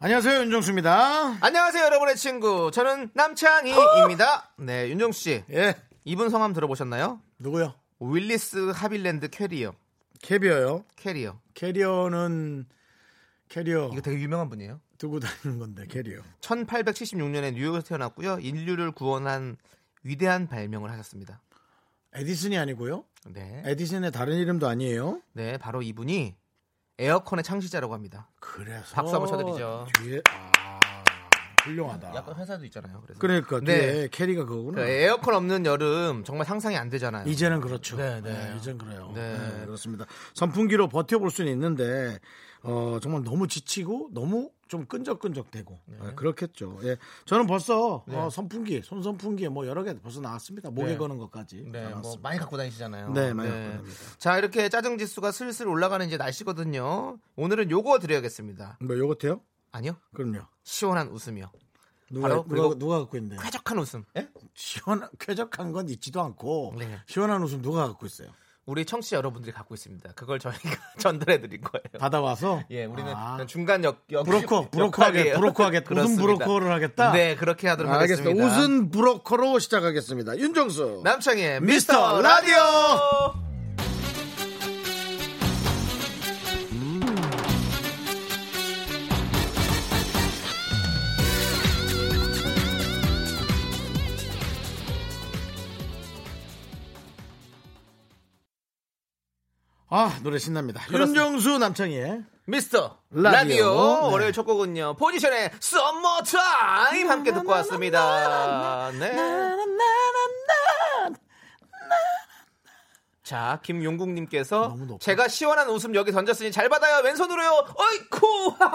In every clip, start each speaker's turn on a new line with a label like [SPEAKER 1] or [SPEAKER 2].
[SPEAKER 1] 안녕하세요 윤정수입니다.
[SPEAKER 2] 안녕하세요, 여러분의 친구. 저는 남창희입니다. 네, 윤정수 씨.
[SPEAKER 1] 예
[SPEAKER 2] 이분 성함 들어보셨나요?
[SPEAKER 1] 누구요?
[SPEAKER 2] 윌리스 하빌랜드 캐리어.
[SPEAKER 1] 캐비어요.
[SPEAKER 2] 캐리어.
[SPEAKER 1] 캐리어는 캐리어
[SPEAKER 2] 이거 되게 유명한 분이에요.
[SPEAKER 1] 두고 다니는 건데 캐리어.
[SPEAKER 2] 1876년에 뉴욕에서 태어났고요. 인류를 구원한 위대한 발명을 하셨습니다.
[SPEAKER 1] 에디슨이 아니고요.
[SPEAKER 2] 네.
[SPEAKER 1] 에디슨의 다른 이름도 아니에요.
[SPEAKER 2] 네, 바로 이분이 에어컨의 창시자라고 합니다.
[SPEAKER 1] 그래서
[SPEAKER 2] 박수 한번 쳐드리죠.
[SPEAKER 1] 뒤에 아 훌륭하다.
[SPEAKER 2] 약간 회사도 있잖아요. 그래서.
[SPEAKER 1] 그러니까
[SPEAKER 2] 네.
[SPEAKER 1] 뒤에 캐리가 그거구나.
[SPEAKER 2] 그 에어컨 없는 여름 정말 상상이 안 되잖아요.
[SPEAKER 1] 이제는 그렇죠.
[SPEAKER 2] 네,
[SPEAKER 1] 네,
[SPEAKER 2] 네.
[SPEAKER 1] 이젠 그래요.
[SPEAKER 2] 네.
[SPEAKER 1] 네. 그렇습니다. 선풍기로 버텨볼 수는 있는데 어, 정말 너무 지치고 너무 좀 끈적끈적대고 네, 그렇겠죠. 예, 저는 벌써 어, 선풍기, 손선풍기 뭐 여러 개 벌써 나왔습니다. 목에
[SPEAKER 2] 네.
[SPEAKER 1] 거는 것까지
[SPEAKER 2] 네, 뭐
[SPEAKER 1] 나왔습니다.
[SPEAKER 2] 많이 갖고 다니시잖아요.
[SPEAKER 1] 네, 많이 갖고 다닙니다.
[SPEAKER 2] 자, 이렇게 짜증 지수가 슬슬 올라가는 이제 날씨거든요. 오늘은 요거 드려야겠습니다.
[SPEAKER 1] 뭐 요거트요?
[SPEAKER 2] 아니요,
[SPEAKER 1] 그럼요.
[SPEAKER 2] 시원한 웃음이요.
[SPEAKER 1] 누가
[SPEAKER 2] 바로
[SPEAKER 1] 누가,
[SPEAKER 2] 그거-
[SPEAKER 1] 누가 갖고 있는데?
[SPEAKER 2] 쾌적한 웃음.
[SPEAKER 1] 시원한 쾌적한 건 있지도 않고
[SPEAKER 2] 네.
[SPEAKER 1] 시원한 웃음 누가 갖고 있어요?
[SPEAKER 2] 우리 청취자 여러분들이 갖고 있습니다. 그걸 저희가 전달해 드릴 거예요.
[SPEAKER 1] 받아와서
[SPEAKER 2] 예, 우리는
[SPEAKER 1] 아,
[SPEAKER 2] 그냥 중간 역, 역
[SPEAKER 1] 브로커, 브로커하게,
[SPEAKER 2] 역할이에요.
[SPEAKER 1] 브로커하게, 웃음
[SPEAKER 2] 그렇습니다.
[SPEAKER 1] 브로커를 하겠다.
[SPEAKER 2] 네, 그렇게 하도록
[SPEAKER 1] 알겠습니다.
[SPEAKER 2] 하겠습니다.
[SPEAKER 1] 웃은 브로커로 시작하겠습니다. 윤정수.
[SPEAKER 2] 남창의
[SPEAKER 1] 미스터 라디오. 아 노래 신납니다. 윤정수 남창희의
[SPEAKER 2] 미스터 라디오,
[SPEAKER 1] 라디오. 네.
[SPEAKER 2] 월요일 첫 곡은요 포지션의 썸머 타임 함께 듣고 왔습니다. 네. 자 김용국님께서
[SPEAKER 1] 너무 높아.
[SPEAKER 2] 제가 시원한 웃음 여기 던졌으니 잘 받아요 왼손으로요. 어이쿠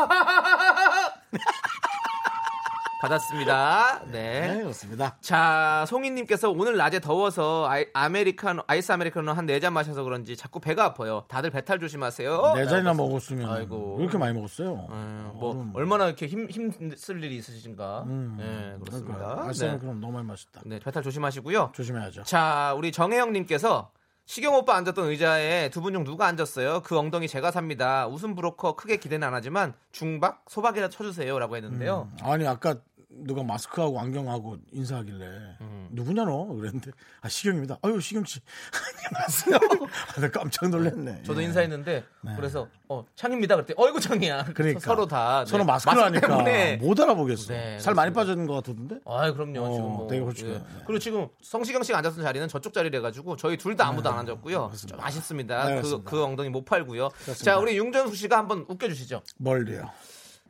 [SPEAKER 2] 받았습니다.
[SPEAKER 1] 네
[SPEAKER 2] 네.
[SPEAKER 1] 그렇습니다.
[SPEAKER 2] 자 송이님께서 오늘 낮에 더워서 아이, 아메리카노 아이스 아메리카노 한 네 잔 마셔서 그런지 자꾸 배가 아파요. 다들 배탈 조심하세요.
[SPEAKER 1] 네 잔이나 먹었으면
[SPEAKER 2] 아이고.
[SPEAKER 1] 왜 이렇게 많이 먹었어요?
[SPEAKER 2] 예, 뭐
[SPEAKER 1] 네, 얼음.
[SPEAKER 2] 얼마나 이렇게 힘 힘쓸 일이 있으신가? 예, 그렇습니다.
[SPEAKER 1] 음, 아
[SPEAKER 2] 네.
[SPEAKER 1] 그럼 너무 많이 마셨다.
[SPEAKER 2] 네, 배탈 조심하시고요.
[SPEAKER 1] 조심해야죠.
[SPEAKER 2] 자, 우리 정혜영 님께서 시경 오빠 앉았던 의자에 두 분 중 누가 앉았어요? 그 엉덩이 제가 삽니다. 웃음 브로커 크게 기대는 안 하지만 중박 소박이라 쳐주세요라고 했는데요.
[SPEAKER 1] 아니 아까 누가 마스크하고 안경하고 인사하길래
[SPEAKER 2] 음.
[SPEAKER 1] 누구냐 너 그랬는데 아 시경입니다. 아유 시경 씨 안녕하세요. 아, 나 깜짝 놀랐네.
[SPEAKER 2] 저도
[SPEAKER 1] 예.
[SPEAKER 2] 인사했는데 그래서 어 창입니다 그랬더니 어이구 창이야.
[SPEAKER 1] 그러니까
[SPEAKER 2] 서로 다 네,
[SPEAKER 1] 서로 마스크를
[SPEAKER 2] 마스크
[SPEAKER 1] 하니까
[SPEAKER 2] 때문에.
[SPEAKER 1] 못 알아보겠어.
[SPEAKER 2] 네,
[SPEAKER 1] 살 많이
[SPEAKER 2] 그렇습니다.
[SPEAKER 1] 빠졌는 것 같던데.
[SPEAKER 2] 아, 그럼요.
[SPEAKER 1] 어,
[SPEAKER 2] 지금 뭐
[SPEAKER 1] 되게 홀쭉해요. 네.
[SPEAKER 2] 그리고 지금 성시경 씨가 앉았던 자리는 저쪽 자리래 가지고 저희 둘 다 아무도 안 앉았고요. 좀 아쉽습니다.
[SPEAKER 1] 네,
[SPEAKER 2] 그,
[SPEAKER 1] 그렇습니다.
[SPEAKER 2] 그 엉덩이 못 팔고요. 자, 우리 윤전수 씨가 한번 웃겨 주시죠.
[SPEAKER 1] 멀리요.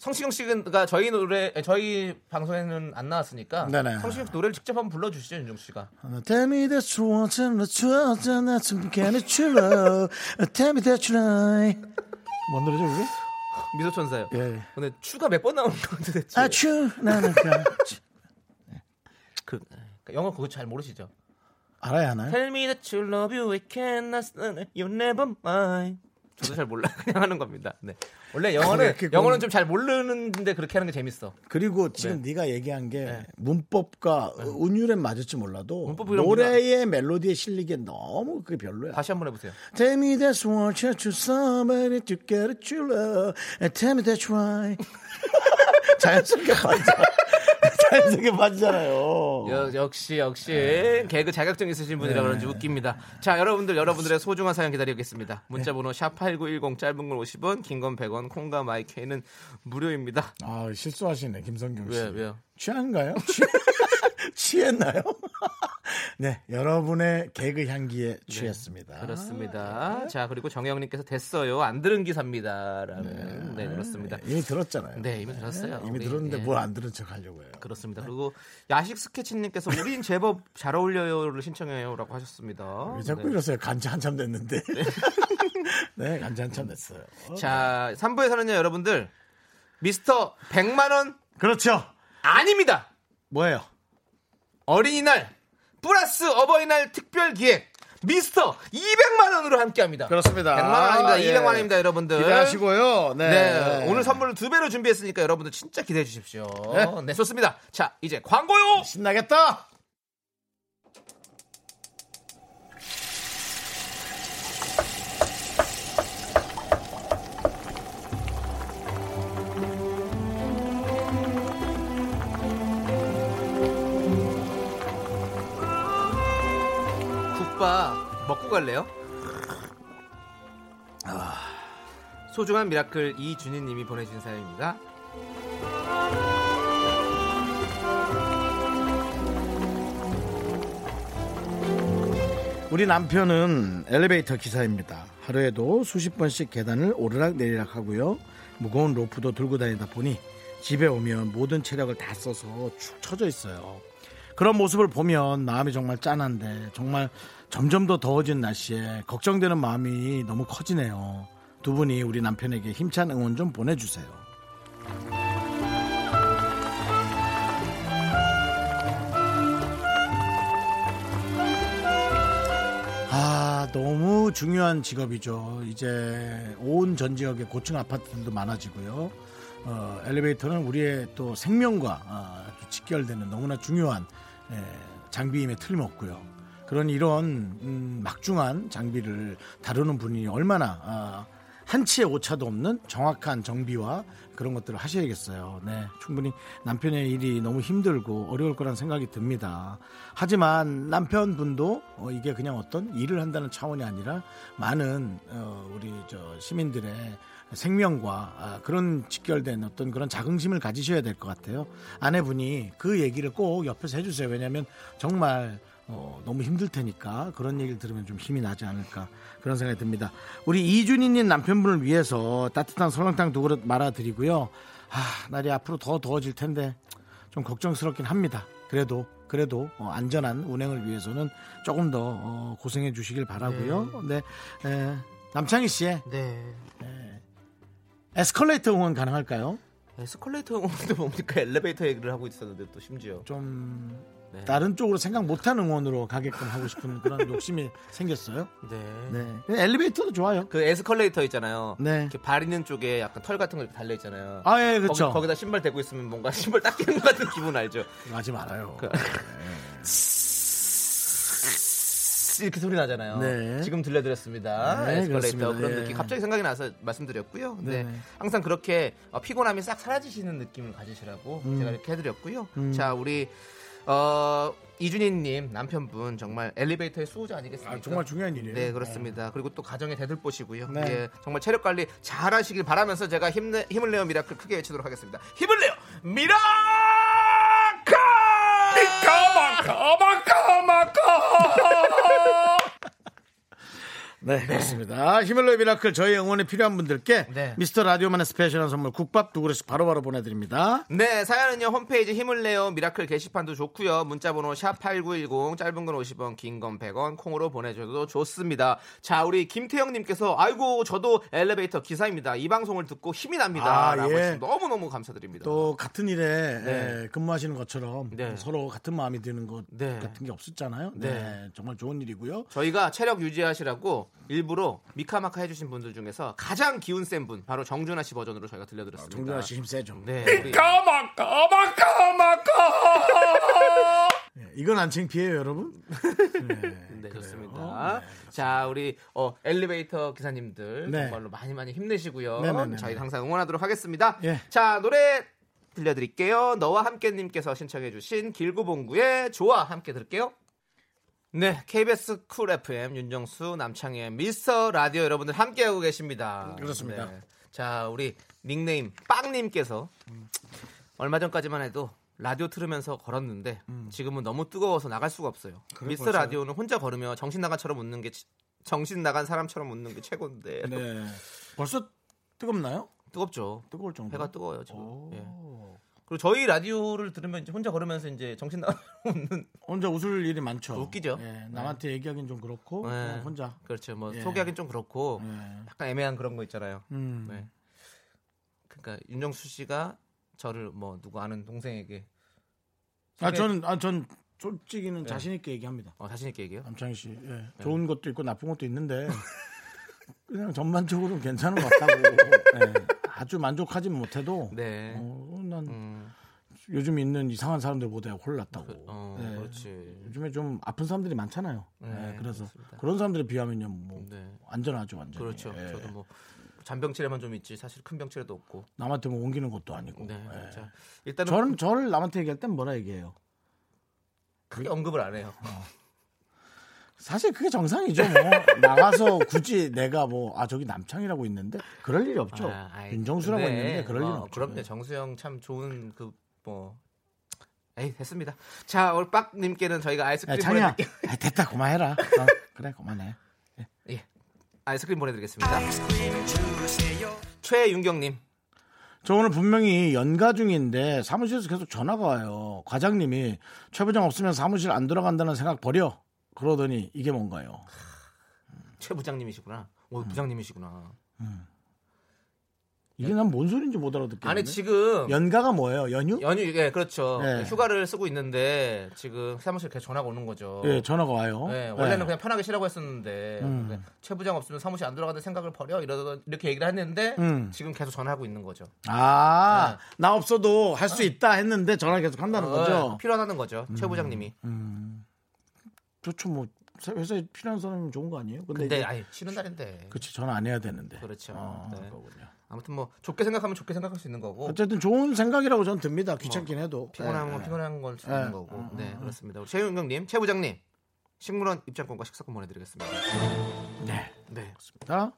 [SPEAKER 2] 성시경 씨가 저희 노래 저희 방송에는 안 나왔으니까
[SPEAKER 1] 네네. 아,
[SPEAKER 2] 성시경 씨 노래를 직접 한번 불러 주시죠, 윤정 씨가.
[SPEAKER 1] Tell me that you want to not you want not to get it you love. Tell me that you like. 뭔 노래죠 그게?
[SPEAKER 2] 미소 천사요.
[SPEAKER 1] 예, 예.
[SPEAKER 2] 근데 추가 몇 번 나오는 건데 대체.
[SPEAKER 1] 아, 추 나는 가.
[SPEAKER 2] 그 영어 그거 잘 모르시죠?
[SPEAKER 1] 알아야 하나요?
[SPEAKER 2] Tell me that you love you, I cannot, 어, 네. you never mind. 저도 잘 몰라 그냥 하는 겁니다. 네. 원래
[SPEAKER 1] 왜
[SPEAKER 2] 영어는
[SPEAKER 1] 이렇게 고민-
[SPEAKER 2] 영어는 좀 잘 모르는데 그렇게 하는 게 재밌어.
[SPEAKER 1] 그리고 지금 네. 가 얘기한 게 문법과 운율엔 맞을지 몰라도
[SPEAKER 2] 네. 문법이랑
[SPEAKER 1] 노래의 멜로디에 실리기엔 너무 그게 별로야.
[SPEAKER 2] 다시 한번 해보세요.
[SPEAKER 1] Tell me that's what you choose somebody to get it you love and tell me that's why 자연스럽게 빠져 자연스럽게 빠지잖아요.
[SPEAKER 2] 여- 역시 역시 네. 개그 자격증 있으신 분이라 그런지 웃깁니다. 자 여러분들 여러분들의 소중한 사연 기다리겠습니다. 문자번호 샵 #8910 짧은 건 50원, 긴 건 100원, 콩과 마이크는 무료입니다.
[SPEAKER 1] 아 실수하시네 김성경 씨.
[SPEAKER 2] 왜, 왜요?
[SPEAKER 1] 취한가요? 취... 취했나요? 네 여러분의 개그 향기에
[SPEAKER 2] 네,
[SPEAKER 1] 취했습니다.
[SPEAKER 2] 그렇습니다. 자 그리고 정영님께서 됐어요. 안 들은 기사입니다라는 네, 그렇습니다.
[SPEAKER 1] 네, 이미 들었잖아요.
[SPEAKER 2] 네, 이미 들었어요.
[SPEAKER 1] 이미
[SPEAKER 2] 우리,
[SPEAKER 1] 들었는데
[SPEAKER 2] 예.
[SPEAKER 1] 뭘 안 들은 척 하려고 해요.
[SPEAKER 2] 그렇습니다. 그리고 야식 스케치님께서 우린 제법 잘 어울려요를 신청해요라고 하셨습니다.
[SPEAKER 1] 왜 자꾸
[SPEAKER 2] 네.
[SPEAKER 1] 이러세요? 간지 한참 됐는데. 네, 간지 한참 됐어요. 어?
[SPEAKER 2] 자, 3부에서는요, 여러분들. 미스터 100만원
[SPEAKER 1] 그렇죠.
[SPEAKER 2] 아닙니다.
[SPEAKER 1] 뭐예요?
[SPEAKER 2] 어린이날 플러스 어버이날 특별 기획 미스터 200만 원으로 함께합니다.
[SPEAKER 1] 그렇습니다.
[SPEAKER 2] 100만 원입니다.
[SPEAKER 1] 아, 예.
[SPEAKER 2] 200만 원입니다, 여러분들.
[SPEAKER 1] 기대하시고요. 네.
[SPEAKER 2] 네. 오늘 선물을 두 배로 준비했으니까 여러분들 진짜 기대해 주십시오.
[SPEAKER 1] 네.
[SPEAKER 2] 네, 좋습니다. 자, 이제 광고요.
[SPEAKER 1] 신나겠다.
[SPEAKER 2] 국밥 먹고 갈래요? 아, 소중한 미라클 이준희님이 보내주신 사연입니다.
[SPEAKER 1] 우리 남편은 엘리베이터 기사입니다. 하루에도 수십 번씩 계단을 오르락 내리락 하고요. 무거운 로프도 들고 다니다 보니 집에 오면 모든 체력을 다 써서 축 처져 있어요. 그런 모습을 보면 마음이 정말 짠한데 정말 점점 더 더워진 날씨에 걱정되는 마음이 너무 커지네요. 두 분이 우리 남편에게 힘찬 응원 좀 보내주세요. 아 너무 중요한 직업이죠. 이제 온 전 지역에 고층 아파트들도 많아지고요. 어, 엘리베이터는 우리의 또 생명과 아, 또 직결되는 너무나 중요한 예, 장비임에 틀림없고요. 그런 이런 음, 막중한 장비를 다루는 분이 얼마나 아, 한치의 오차도 없는 정확한 정비와 그런 것들을 하셔야겠어요. 네, 충분히 남편의 일이 너무 힘들고 어려울 거란 생각이 듭니다. 하지만 남편분도 어, 이게 그냥 어떤 일을 한다는 차원이 아니라 많은 어, 우리 저 시민들의 생명과 아, 그런 직결된 어떤 그런 자긍심을 가지셔야 될 것 같아요. 아내분이 그 얘기를 꼭 옆에서 해주세요. 왜냐하면 정말 어, 너무 힘들 테니까 그런 얘기를 들으면 좀 힘이 나지 않을까 그런 생각이 듭니다. 우리 이준희님 남편분을 위해서 따뜻한 설렁탕 두 그릇 말아드리고요. 아, 날이 앞으로 더 더워질 텐데 좀 걱정스럽긴 합니다. 그래도 그래도 어, 안전한 운행을 위해서는 조금 더 어, 고생해 주시길 바라고요. 네, 에, 남창희 씨의
[SPEAKER 2] 네.
[SPEAKER 1] 에스컬레이터 응원 가능할까요?
[SPEAKER 2] 네, 에스컬레이터 응원도 뭡니까? 엘리베이터 얘기를 하고 있었는데 또 심지어.
[SPEAKER 1] 좀
[SPEAKER 2] 네.
[SPEAKER 1] 다른 쪽으로 생각 못한 응원으로 가게끔 하고 싶은 그런 욕심이 생겼어요.
[SPEAKER 2] 네.
[SPEAKER 1] 네, 근데 엘리베이터도 좋아요.
[SPEAKER 2] 그 에스컬레이터 있잖아요.
[SPEAKER 1] 네.
[SPEAKER 2] 이렇게 발 있는 쪽에 약간 털 같은 거 이렇게 달려 있잖아요.
[SPEAKER 1] 아, 예, 그쵸.
[SPEAKER 2] 거기, 다 신발 대고 있으면 뭔가 신발 닦이는 것 같은 기분 알죠?
[SPEAKER 1] 하지 말아요.
[SPEAKER 2] 그, 이렇게 소리 나잖아요.
[SPEAKER 1] 네.
[SPEAKER 2] 지금 들려드렸습니다.
[SPEAKER 1] 네, 그렇습니다.
[SPEAKER 2] 에스컬레이터 그런
[SPEAKER 1] 예.
[SPEAKER 2] 느낌 갑자기 생각이 나서 말씀드렸고요. 네.
[SPEAKER 1] 네네.
[SPEAKER 2] 항상 그렇게 어, 피곤함이 싹 사라지시는 느낌을 가지시라고
[SPEAKER 1] 음.
[SPEAKER 2] 제가 이렇게 해드렸고요. 자 우리 어, 이준희님 남편분 정말 엘리베이터의 수호자 아니겠습니까?
[SPEAKER 1] 아, 정말 중요한 일이에요.
[SPEAKER 2] 네 그렇습니다. 그리고 또 가정의 대들보시고요.
[SPEAKER 1] 네.
[SPEAKER 2] 예, 정말 체력 관리 잘하시길 바라면서 제가 힘내, 힘을 내어 미라클 크게 외치도록 하겠습니다. 힘을 내요 미라클!
[SPEAKER 1] 네, 그렇습니다. 히말로의 미라클 저희 응원이 필요한 분들께
[SPEAKER 2] 네.
[SPEAKER 1] 미스터 라디오만의 스페셜한 선물 국밥 두 그릇씩 바로바로 보내드립니다.
[SPEAKER 2] 네, 사연은요. 홈페이지 힘을 내요 미라클 게시판도 좋고요. 문자 번호 샵8910 짧은 건 50원, 긴 건 100원 콩으로 보내 줘도 좋습니다. 자, 우리 김태영 님께서 아이고 저도 엘리베이터 기사입니다. 이 방송을 듣고 힘이
[SPEAKER 1] 아,
[SPEAKER 2] 납니다라고
[SPEAKER 1] 예.
[SPEAKER 2] 해서 너무너무 감사드립니다.
[SPEAKER 1] 또 같은 일에
[SPEAKER 2] 네.
[SPEAKER 1] 에, 근무하시는 것처럼
[SPEAKER 2] 네.
[SPEAKER 1] 서로 같은 마음이 드는 것
[SPEAKER 2] 네.
[SPEAKER 1] 같은 게 없었잖아요. 네.
[SPEAKER 2] 네.
[SPEAKER 1] 정말 좋은 일이고요.
[SPEAKER 2] 저희가 체력 유지하시라고 일부러 미카마카 해주신 분들 중에서 가장 기운 센 분, 바로 정준하 씨 버전으로 저희가 들려드렸습니다.
[SPEAKER 1] 아, 정준하 씨 힘세죠.
[SPEAKER 2] 네, 우리-
[SPEAKER 1] 네, 이건 안 창피해요, 여러분.
[SPEAKER 2] 네,
[SPEAKER 1] 어,
[SPEAKER 2] 좋습니다. 자, 우리 어, 엘리베이터 기사님들
[SPEAKER 1] 네.
[SPEAKER 2] 정말로 많이 많이 힘내시고요.
[SPEAKER 1] 네, 네, 네,
[SPEAKER 2] 저희
[SPEAKER 1] 네.
[SPEAKER 2] 항상 응원하도록 하겠습니다.
[SPEAKER 1] 예.
[SPEAKER 2] 자, 노래 들려드릴게요. 너와 함께님께서 신청해주신 길고봉구의 좋아 함께 들을게요. 네, KBS 쿨 FM 윤정수 남창의 미스터 라디오 여러분들 함께하고 계십니다. 네.
[SPEAKER 1] 그렇습니다.
[SPEAKER 2] 자, 우리 닉네임 빵님께서 얼마 전까지만 해도 라디오 틀으면서 걸었는데 지금은 너무 뜨거워서 나갈 수가 없어요.
[SPEAKER 1] 음. 그래,
[SPEAKER 2] 미스터
[SPEAKER 1] 맞아요.
[SPEAKER 2] 라디오는 혼자 걸으며 정신 나간처럼 웃는 게 치- 정신 나간 사람처럼 웃는 게 최고인데
[SPEAKER 1] 네. 벌써 뜨겁나요?
[SPEAKER 2] 뜨겁죠.
[SPEAKER 1] 뜨거울 정도.
[SPEAKER 2] 배가 뜨거워요 지금.
[SPEAKER 1] 오.
[SPEAKER 2] 예. 그리고 저희 라디오를 들으면 이제 혼자 걸으면서 이제 정신 나간 웃는
[SPEAKER 1] 혼자 웃을 일이 많죠.
[SPEAKER 2] 웃기죠.
[SPEAKER 1] 예, 남한테 얘기하긴 좀 그렇고
[SPEAKER 2] 네.
[SPEAKER 1] 그냥 혼자.
[SPEAKER 2] 그렇죠. 뭐
[SPEAKER 1] 예.
[SPEAKER 2] 소개하긴 좀 그렇고
[SPEAKER 1] 예.
[SPEAKER 2] 약간 애매한 그런 거 있잖아요.
[SPEAKER 1] 음.
[SPEAKER 2] 네. 그러니까 윤정수 씨가 저를 뭐 누구 아는 동생에게
[SPEAKER 1] 아 저는 아 전 솔직히는 자신 있게 얘기합니다.
[SPEAKER 2] 어, 자신 있게 얘기해요.
[SPEAKER 1] 남창희 씨, 예. 좋은 것도 있고 나쁜 것도 있는데 그냥 전반적으로 는 괜찮은 것 같다고. 예. 아주 만족하진 못해도
[SPEAKER 2] 네.
[SPEAKER 1] 어, 난
[SPEAKER 2] 음,
[SPEAKER 1] 요즘 있는 이상한 사람들보다 홀랐다고.
[SPEAKER 2] 어,
[SPEAKER 1] 예.
[SPEAKER 2] 그렇지.
[SPEAKER 1] 요즘에 좀 아픈 사람들이 많잖아요.
[SPEAKER 2] 네,
[SPEAKER 1] 예, 그래서
[SPEAKER 2] 그렇습니다.
[SPEAKER 1] 그런 사람들에 비하면요, 뭐
[SPEAKER 2] 네.
[SPEAKER 1] 안전하죠, 예. 완전.
[SPEAKER 2] 그렇죠. 저도 뭐 잔병치레만 좀 있지 사실 큰 병치레도 없고.
[SPEAKER 1] 남한테 뭐 옮기는 것도 아니고.
[SPEAKER 2] 네.
[SPEAKER 1] 예.
[SPEAKER 2] 자, 일단은
[SPEAKER 1] 저는 저를 남한테 얘기할 땐 뭐라 얘기해요.
[SPEAKER 2] 크게 언급을 안 해요.
[SPEAKER 1] 사실 그게 정상이죠. 뭐 나가서 굳이 내가 뭐 아 저기 남창이라고 있는데 그럴 일이 없죠.
[SPEAKER 2] 아, 아이,
[SPEAKER 1] 그렇죠. 윤정수라고
[SPEAKER 2] 근데,
[SPEAKER 1] 있는데 그럴
[SPEAKER 2] 어,
[SPEAKER 1] 일은 없죠. 예.
[SPEAKER 2] 그럼요. 정수영 참 좋은 그 뭐 에이 됐습니다. 자 오늘 빡님께는 저희가
[SPEAKER 1] 야,
[SPEAKER 2] 뭐 아이스크림
[SPEAKER 1] 창이야
[SPEAKER 2] 보내드리...
[SPEAKER 1] 아, 됐다 그만해라. 어, 그래 그만해.
[SPEAKER 2] 예. 아이스크림 보내드리겠습니다. 최윤경님
[SPEAKER 1] 저 오늘 분명히 연가 중인데 사무실에서 계속 전화가 와요. 과장님이 최 부장 없으면 사무실 안 들어간다는 생각 버려. 그러더니 이게 뭔가요?
[SPEAKER 2] 최 부장님이시구나. 오
[SPEAKER 1] 음.
[SPEAKER 2] 부장님이시구나.
[SPEAKER 1] 이게 난 뭔 소리인지 못 알아듣겠네.
[SPEAKER 2] 아니 지금
[SPEAKER 1] 연가가 뭐예요? 연휴?
[SPEAKER 2] 연휴 예 그렇죠.
[SPEAKER 1] 네.
[SPEAKER 2] 휴가를 쓰고 있는데 지금 사무실 계속 전화가 오는 거죠.
[SPEAKER 1] 예, 전화가 와요. 예.
[SPEAKER 2] 네, 원래는 그냥 편하게 쉬라고 했었는데
[SPEAKER 1] 음.
[SPEAKER 2] 그냥 최 부장 없으면 사무실 안 들어가는 생각을 버려 이러던 이렇게 얘기를 했는데
[SPEAKER 1] 음.
[SPEAKER 2] 지금 계속 전화하고 있는 거죠.
[SPEAKER 1] 아, 나 없어도 할 수 있다 했는데 전화 계속 한다는
[SPEAKER 2] 네. 어,
[SPEAKER 1] 거죠. 음.
[SPEAKER 2] 필요하다는 거죠. 최 부장님이.
[SPEAKER 1] 좋죠 뭐 회사에 필요한 사람이면 좋은 거 아니에요? 근데,
[SPEAKER 2] 근데
[SPEAKER 1] 이제-
[SPEAKER 2] 아예 쉬는 날인데.
[SPEAKER 1] 그치 저는 안 해야 되는데.
[SPEAKER 2] 그렇죠.
[SPEAKER 1] 어,
[SPEAKER 2] 네.
[SPEAKER 1] 그거군요.
[SPEAKER 2] 아무튼 뭐 좋게 생각하면 좋게 생각할 수 있는 거고
[SPEAKER 1] 어쨌든 좋은 생각이라고 저는 듭니다. 귀찮긴 해도
[SPEAKER 2] 뭐, 피곤한
[SPEAKER 1] 예,
[SPEAKER 2] 건
[SPEAKER 1] 예.
[SPEAKER 2] 피곤한 걸 수는 있는 거고.
[SPEAKER 1] 음.
[SPEAKER 2] 네, 그렇습니다. 우리 최윤경님, 최 부장님. 식물원 입장권과 식사권 보내드리겠습니다.
[SPEAKER 1] 네.
[SPEAKER 2] 네.
[SPEAKER 1] 자,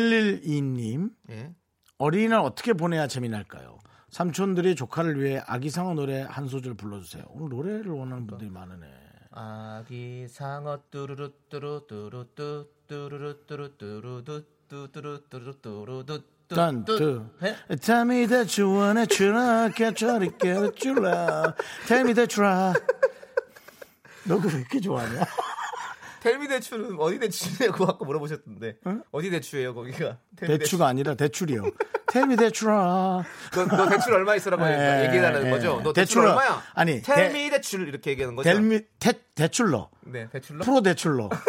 [SPEAKER 1] 0112님
[SPEAKER 2] 예.
[SPEAKER 1] 어린이날 어떻게 보내야 재미날까요? 삼촌들이 조카를 위해 아기상어 노래 한 소절 불러주세요. 오늘 노래를 원하는 분들이 많으네.
[SPEAKER 2] 아기 상어 뚜루루 뚜루 뚜루 뚜 뚜루루 뚜루 뚜루 뚜 뚜루루 뚜루 뚜루 뚜
[SPEAKER 1] Done, too.
[SPEAKER 2] 네?
[SPEAKER 1] Tell me that you wanna try, can't try to get you love. Tell me that try. 너그 왜 이렇게 좋아하냐?
[SPEAKER 2] 텔미 대추는 어디 대추예요? 그거 아까 물어보셨던데 어디 대추예요 거기가? 텔미
[SPEAKER 1] 대추가 아니라 대출이요. Tell me that try.
[SPEAKER 2] 너, 너 대출 얼마 있으라고
[SPEAKER 1] 예,
[SPEAKER 2] 얘기해달라는
[SPEAKER 1] 예,
[SPEAKER 2] 거죠?
[SPEAKER 1] 예.
[SPEAKER 2] 너 대출
[SPEAKER 1] 대출은-
[SPEAKER 2] 얼마야?
[SPEAKER 1] 아니,
[SPEAKER 2] 텔미 대출 이렇게 얘기하는 거죠?
[SPEAKER 1] Tell me, 대, 대출러.
[SPEAKER 2] 네 대출로?
[SPEAKER 1] 프로 대출러.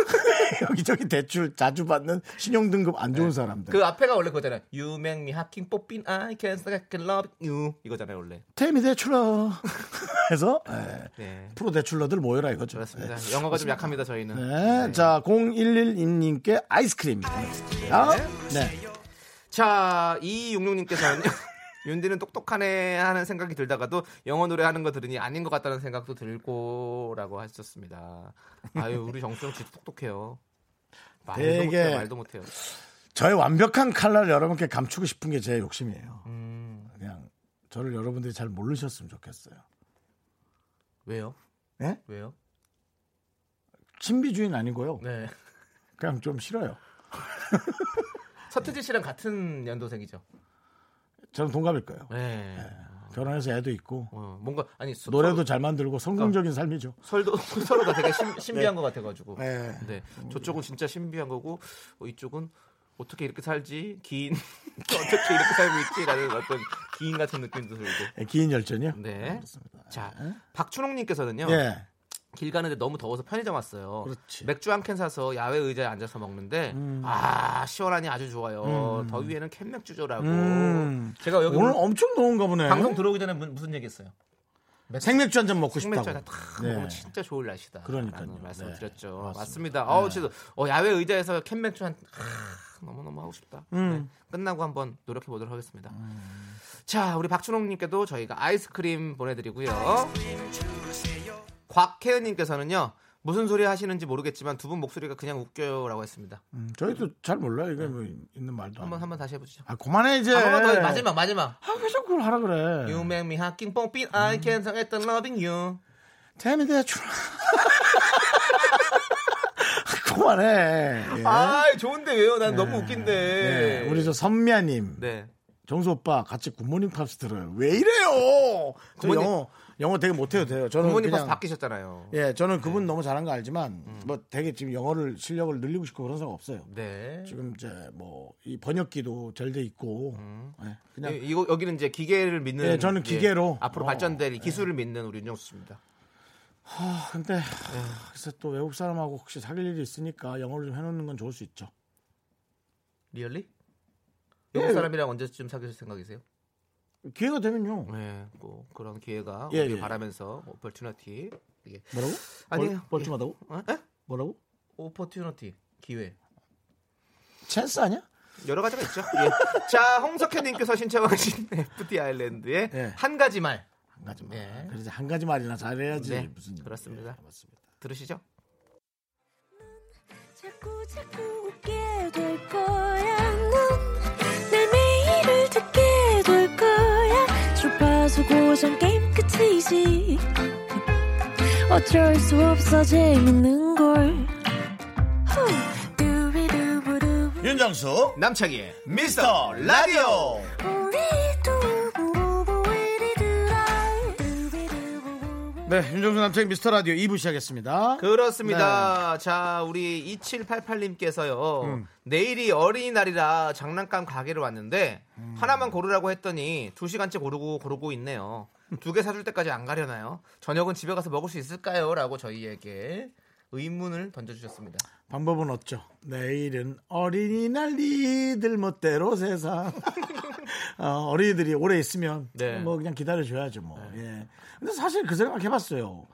[SPEAKER 1] 여기저기 대출 자주 받는 신용등급 안 좋은 사람들.
[SPEAKER 2] 그 앞에가 원래 그거잖아요. You make me hacking, popping, I can't stop, I can love you 이거잖아요 원래.
[SPEAKER 1] Tell me that try. 해서 예,
[SPEAKER 2] 네
[SPEAKER 1] 프로 대출러들 모여라 이거죠.
[SPEAKER 2] 그렇습니다.
[SPEAKER 1] 예.
[SPEAKER 2] 영어가 좀 약합니다 저희는.
[SPEAKER 1] 네, 자 0112님께 아이스크림. 아, 네.
[SPEAKER 2] 자, 이육육님께서는 윤디는 똑똑하네 하는 생각이 들다가도 영어 노래 하는 거 들으니 아닌 것 같다는 생각도 들고라고 하셨습니다. 아유, 우리 정수영 진짜 똑똑해요. 말도
[SPEAKER 1] 되게-
[SPEAKER 2] 못해요. 말도 못해요.
[SPEAKER 1] 저의 완벽한 칼날을 여러분께 감추고 싶은 게 제 욕심이에요.
[SPEAKER 2] 음.
[SPEAKER 1] 그냥 저를 여러분들이 잘 모르셨으면 좋겠어요.
[SPEAKER 2] 왜요?
[SPEAKER 1] 예?
[SPEAKER 2] 왜요?
[SPEAKER 1] 신비주의는 아니고요.
[SPEAKER 2] 네.
[SPEAKER 1] 그냥 좀 싫어요.
[SPEAKER 2] 서태지 씨랑 같은 연도생이죠.
[SPEAKER 1] 저는 동갑일 거예요.
[SPEAKER 2] 네.
[SPEAKER 1] 결혼해서 애도 있고
[SPEAKER 2] 어, 뭔가 아니 서,
[SPEAKER 1] 노래도 잘 만들고 성공적인 삶이죠.
[SPEAKER 2] 서로, 서로 가 되게 신, 신비한 것 같아가지고.
[SPEAKER 1] 네.
[SPEAKER 2] 어. 네. 저쪽은 진짜 신비한 거고 어, 이쪽은 어떻게 이렇게 살지? 긴 어떻게 이렇게 살고 있지라는 어떤 기인 같은 느낌도 들고.
[SPEAKER 1] 예, 긴 열전이요.
[SPEAKER 2] 네. 자, 박춘홍 님께서는요.
[SPEAKER 1] 예.
[SPEAKER 2] 길 가는데 너무 더워서 편의점 왔어요.
[SPEAKER 1] 그렇지. 음.
[SPEAKER 2] 맥주 한 캔 사서 야외 의자에 앉아서 먹는데 아, 시원하니 아주 좋아요. 더위에는 캔 맥주죠라고.
[SPEAKER 1] 음.
[SPEAKER 2] 제가 여기
[SPEAKER 1] 오늘 엄청 더운가 보네.
[SPEAKER 2] 어. 방송 들어오기 전에 무- 무슨 얘기 했어요?
[SPEAKER 1] 생맥주 한 잔 먹고 싶다고.
[SPEAKER 2] 생맥주 하나 탁
[SPEAKER 1] 네.
[SPEAKER 2] 먹으면 아, 진짜 좋을 날씨다.
[SPEAKER 1] 그러니까요.
[SPEAKER 2] 라는 말씀을
[SPEAKER 1] 네.
[SPEAKER 2] 드렸죠. 맞습니다. 어우, 진짜 어, 야외 의자에서 캔맥주 한 아, 너무너무 하고 싶다.
[SPEAKER 1] 음.
[SPEAKER 2] 네. 끝나고 한번 노력해 보도록 하겠습니다. 자, 우리 박준홍 님께도 저희가 아이스크림 보내 드리고요. 곽혜은 님께서는요. 무슨 소리 하시는지 모르겠지만 두 분 목소리가 그냥 웃겨요라고 했습니다.
[SPEAKER 1] 음, 저희도 잘 몰라요. 이게 뭐 있는 말도
[SPEAKER 2] 네. 한번
[SPEAKER 1] 안.
[SPEAKER 2] 한번 다시 해 보시죠.
[SPEAKER 1] 아, 그만해 이제.
[SPEAKER 2] 한 번 더 마지막 마지막.
[SPEAKER 1] 아, 왜 자꾸 그걸 하라 그래.
[SPEAKER 2] You make me hacking pumping I
[SPEAKER 1] 음.
[SPEAKER 2] can't stop loving you.
[SPEAKER 1] Tell me that you 그만해. 예.
[SPEAKER 2] 아, 좋은데 왜요? 난 너무 웃긴데.
[SPEAKER 1] 네. 예, 우리 예. 저 선미아님.
[SPEAKER 2] 네.
[SPEAKER 1] 정수 오빠 같이 굿모닝 팝스 들어요. 왜 이래요? 저
[SPEAKER 2] 굿모닝-
[SPEAKER 1] 영어 영어 되게 못해도 돼요. 저는
[SPEAKER 2] 부모님 벌써
[SPEAKER 1] 그냥
[SPEAKER 2] 바뀌셨잖아요.
[SPEAKER 1] 예, 저는
[SPEAKER 2] 네.
[SPEAKER 1] 그분 너무 잘한 거 알지만
[SPEAKER 2] 음.
[SPEAKER 1] 뭐 되게 지금 영어를 실력을 늘리고 싶고 그런 생각 없어요.
[SPEAKER 2] 네.
[SPEAKER 1] 지금 이제 뭐 이 번역기도 잘 돼 있고 예, 그냥
[SPEAKER 2] 음. 이- 이거 여기는 이제 기계를 믿는
[SPEAKER 1] 예, 저는 기계로.
[SPEAKER 2] 앞으로
[SPEAKER 1] 어.
[SPEAKER 2] 발전될 기술을 믿는 우리 윤정수 씨입니다.
[SPEAKER 1] 아, 근데
[SPEAKER 2] 예.
[SPEAKER 1] 하, 글쎄 또 외국 사람하고 혹시 사귈 일이 있으니까 영어를 좀 해놓는 건 좋을 수 있죠.
[SPEAKER 2] 리얼리?
[SPEAKER 1] 예.
[SPEAKER 2] 영국 사람이랑 언제쯤 사귀실 생각이세요?
[SPEAKER 1] 기회가 되면요.
[SPEAKER 2] 네, 뭐 그런 기회가
[SPEAKER 1] 예,
[SPEAKER 2] 오길
[SPEAKER 1] 예.
[SPEAKER 2] 바라면서 오퍼튜너티 예.
[SPEAKER 1] 뭐라고?
[SPEAKER 2] 아니에요.
[SPEAKER 1] 벌- 벌침하다고?
[SPEAKER 2] 어? 에?
[SPEAKER 1] 뭐라고?
[SPEAKER 2] 오퍼튜너티 기회
[SPEAKER 1] 찬스 아니야?
[SPEAKER 2] 여러 가지가 있죠. 예. 자, 홍석현님께서 신청하신 FT 아일랜드의
[SPEAKER 1] 예.
[SPEAKER 2] 한 가지 말
[SPEAKER 1] 한 가지 말.
[SPEAKER 2] 예.
[SPEAKER 1] 그래서 한 가지 말이나 잘해야지
[SPEAKER 2] 네,
[SPEAKER 1] 무슨
[SPEAKER 2] 그렇습니다.
[SPEAKER 1] 예, 맞습니다.
[SPEAKER 2] 들으시죠?
[SPEAKER 3] 자꾸 자꾸 웃게 될 거야. 넌내 매일을 듣게 될 거야. 주파수 고정 게임 끝이지. 어쩔 수 없어 재밌는 걸. 후. 두비두부두.
[SPEAKER 1] 윤정수
[SPEAKER 2] 남창희의 미스터 라디오
[SPEAKER 3] 우리 두부부부 우리 두라. 두비두부부부.
[SPEAKER 1] 네, 윤정수 남창 미스터 라디오 2부 시작했습니다. 네.
[SPEAKER 2] 그렇습니다. 자, 우리 2788님께서요.
[SPEAKER 1] 음.
[SPEAKER 2] 내일이 어린이날이라 장난감 가게를 왔는데
[SPEAKER 1] 음.
[SPEAKER 2] 하나만 고르라고 했더니 2시간째 고르고 고르고 있네요. 두 개 사줄 때까지 안 가려나요? 저녁은 집에 가서 먹을 수 있을까요? 라고 저희에게 의문을 던져주셨습니다.
[SPEAKER 1] 방법은 없죠. 내일은 어린이날 이들 멋대로 세상. 어, 린이들이 오래 있으면
[SPEAKER 2] 네.
[SPEAKER 1] 뭐 그냥 기다려줘야죠 뭐. 예. 근데 사실 그 생각 해봤어요.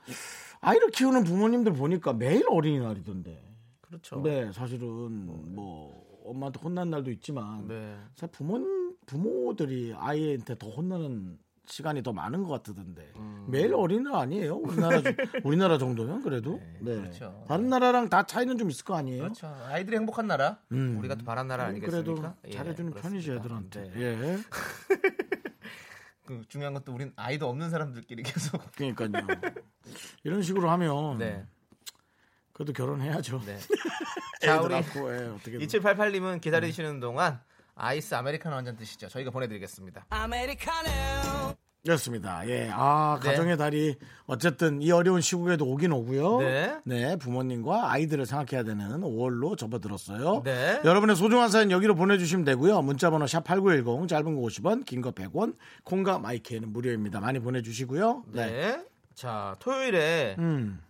[SPEAKER 1] 아이를 키우는 부모님들 보니까 매일 어린이날이던데.
[SPEAKER 2] 그렇죠.
[SPEAKER 1] 네, 사실은 뭐 엄마한테 혼난 날도 있지만
[SPEAKER 2] 네.
[SPEAKER 1] 사실 부모 부모들이 아이한테 더 혼나는 시간이 더 많은 것 같던데
[SPEAKER 2] 음.
[SPEAKER 1] 매일 어린이날 아니에요? 우리나라 주- 우리나라 정도면 그래도 네.
[SPEAKER 2] 그렇죠.
[SPEAKER 1] 다른 나라랑 다 차이는 좀 있을 거 아니에요?
[SPEAKER 2] 그렇죠. 아이들이 행복한 나라,
[SPEAKER 1] 음.
[SPEAKER 2] 우리가 또 바란 나라 아니겠습니까?
[SPEAKER 1] 그래도 잘해주는
[SPEAKER 2] 예,
[SPEAKER 1] 편이죠
[SPEAKER 2] 그렇습니다.
[SPEAKER 1] 애들한테.
[SPEAKER 2] 네.
[SPEAKER 1] 예.
[SPEAKER 2] 그 중요한 건 또 우린 아이도 없는 사람들끼리 계속.
[SPEAKER 1] 그러니까요. 이런 식으로 하면
[SPEAKER 2] 네.
[SPEAKER 1] 그래도 결혼해야죠.
[SPEAKER 2] 네.
[SPEAKER 1] 애들
[SPEAKER 2] 자, 우리
[SPEAKER 1] 낳고 예, 어떻게
[SPEAKER 2] 2788님은 기다리시는 동안 아이스 아메리카노 한 잔 드시죠. 저희가 보내드리겠습니다.
[SPEAKER 1] 그렇습니다. 예, 아
[SPEAKER 2] 네.
[SPEAKER 1] 가정의 달이 어쨌든 이 어려운 시국에도 오긴 오고요.
[SPEAKER 2] 네.
[SPEAKER 1] 부모님과 아이들을 생각해야 되는 5월로 접어들었어요.
[SPEAKER 2] 네.
[SPEAKER 1] 여러분의 소중한 사연 여기로 보내주시면 되고요. 문자번호 샵 #8910 짧은 거 50원, 긴 거 100원, 콩과 마이크에는 무료입니다. 많이 보내주시고요.
[SPEAKER 2] 네. 자, 토요일에
[SPEAKER 1] 음,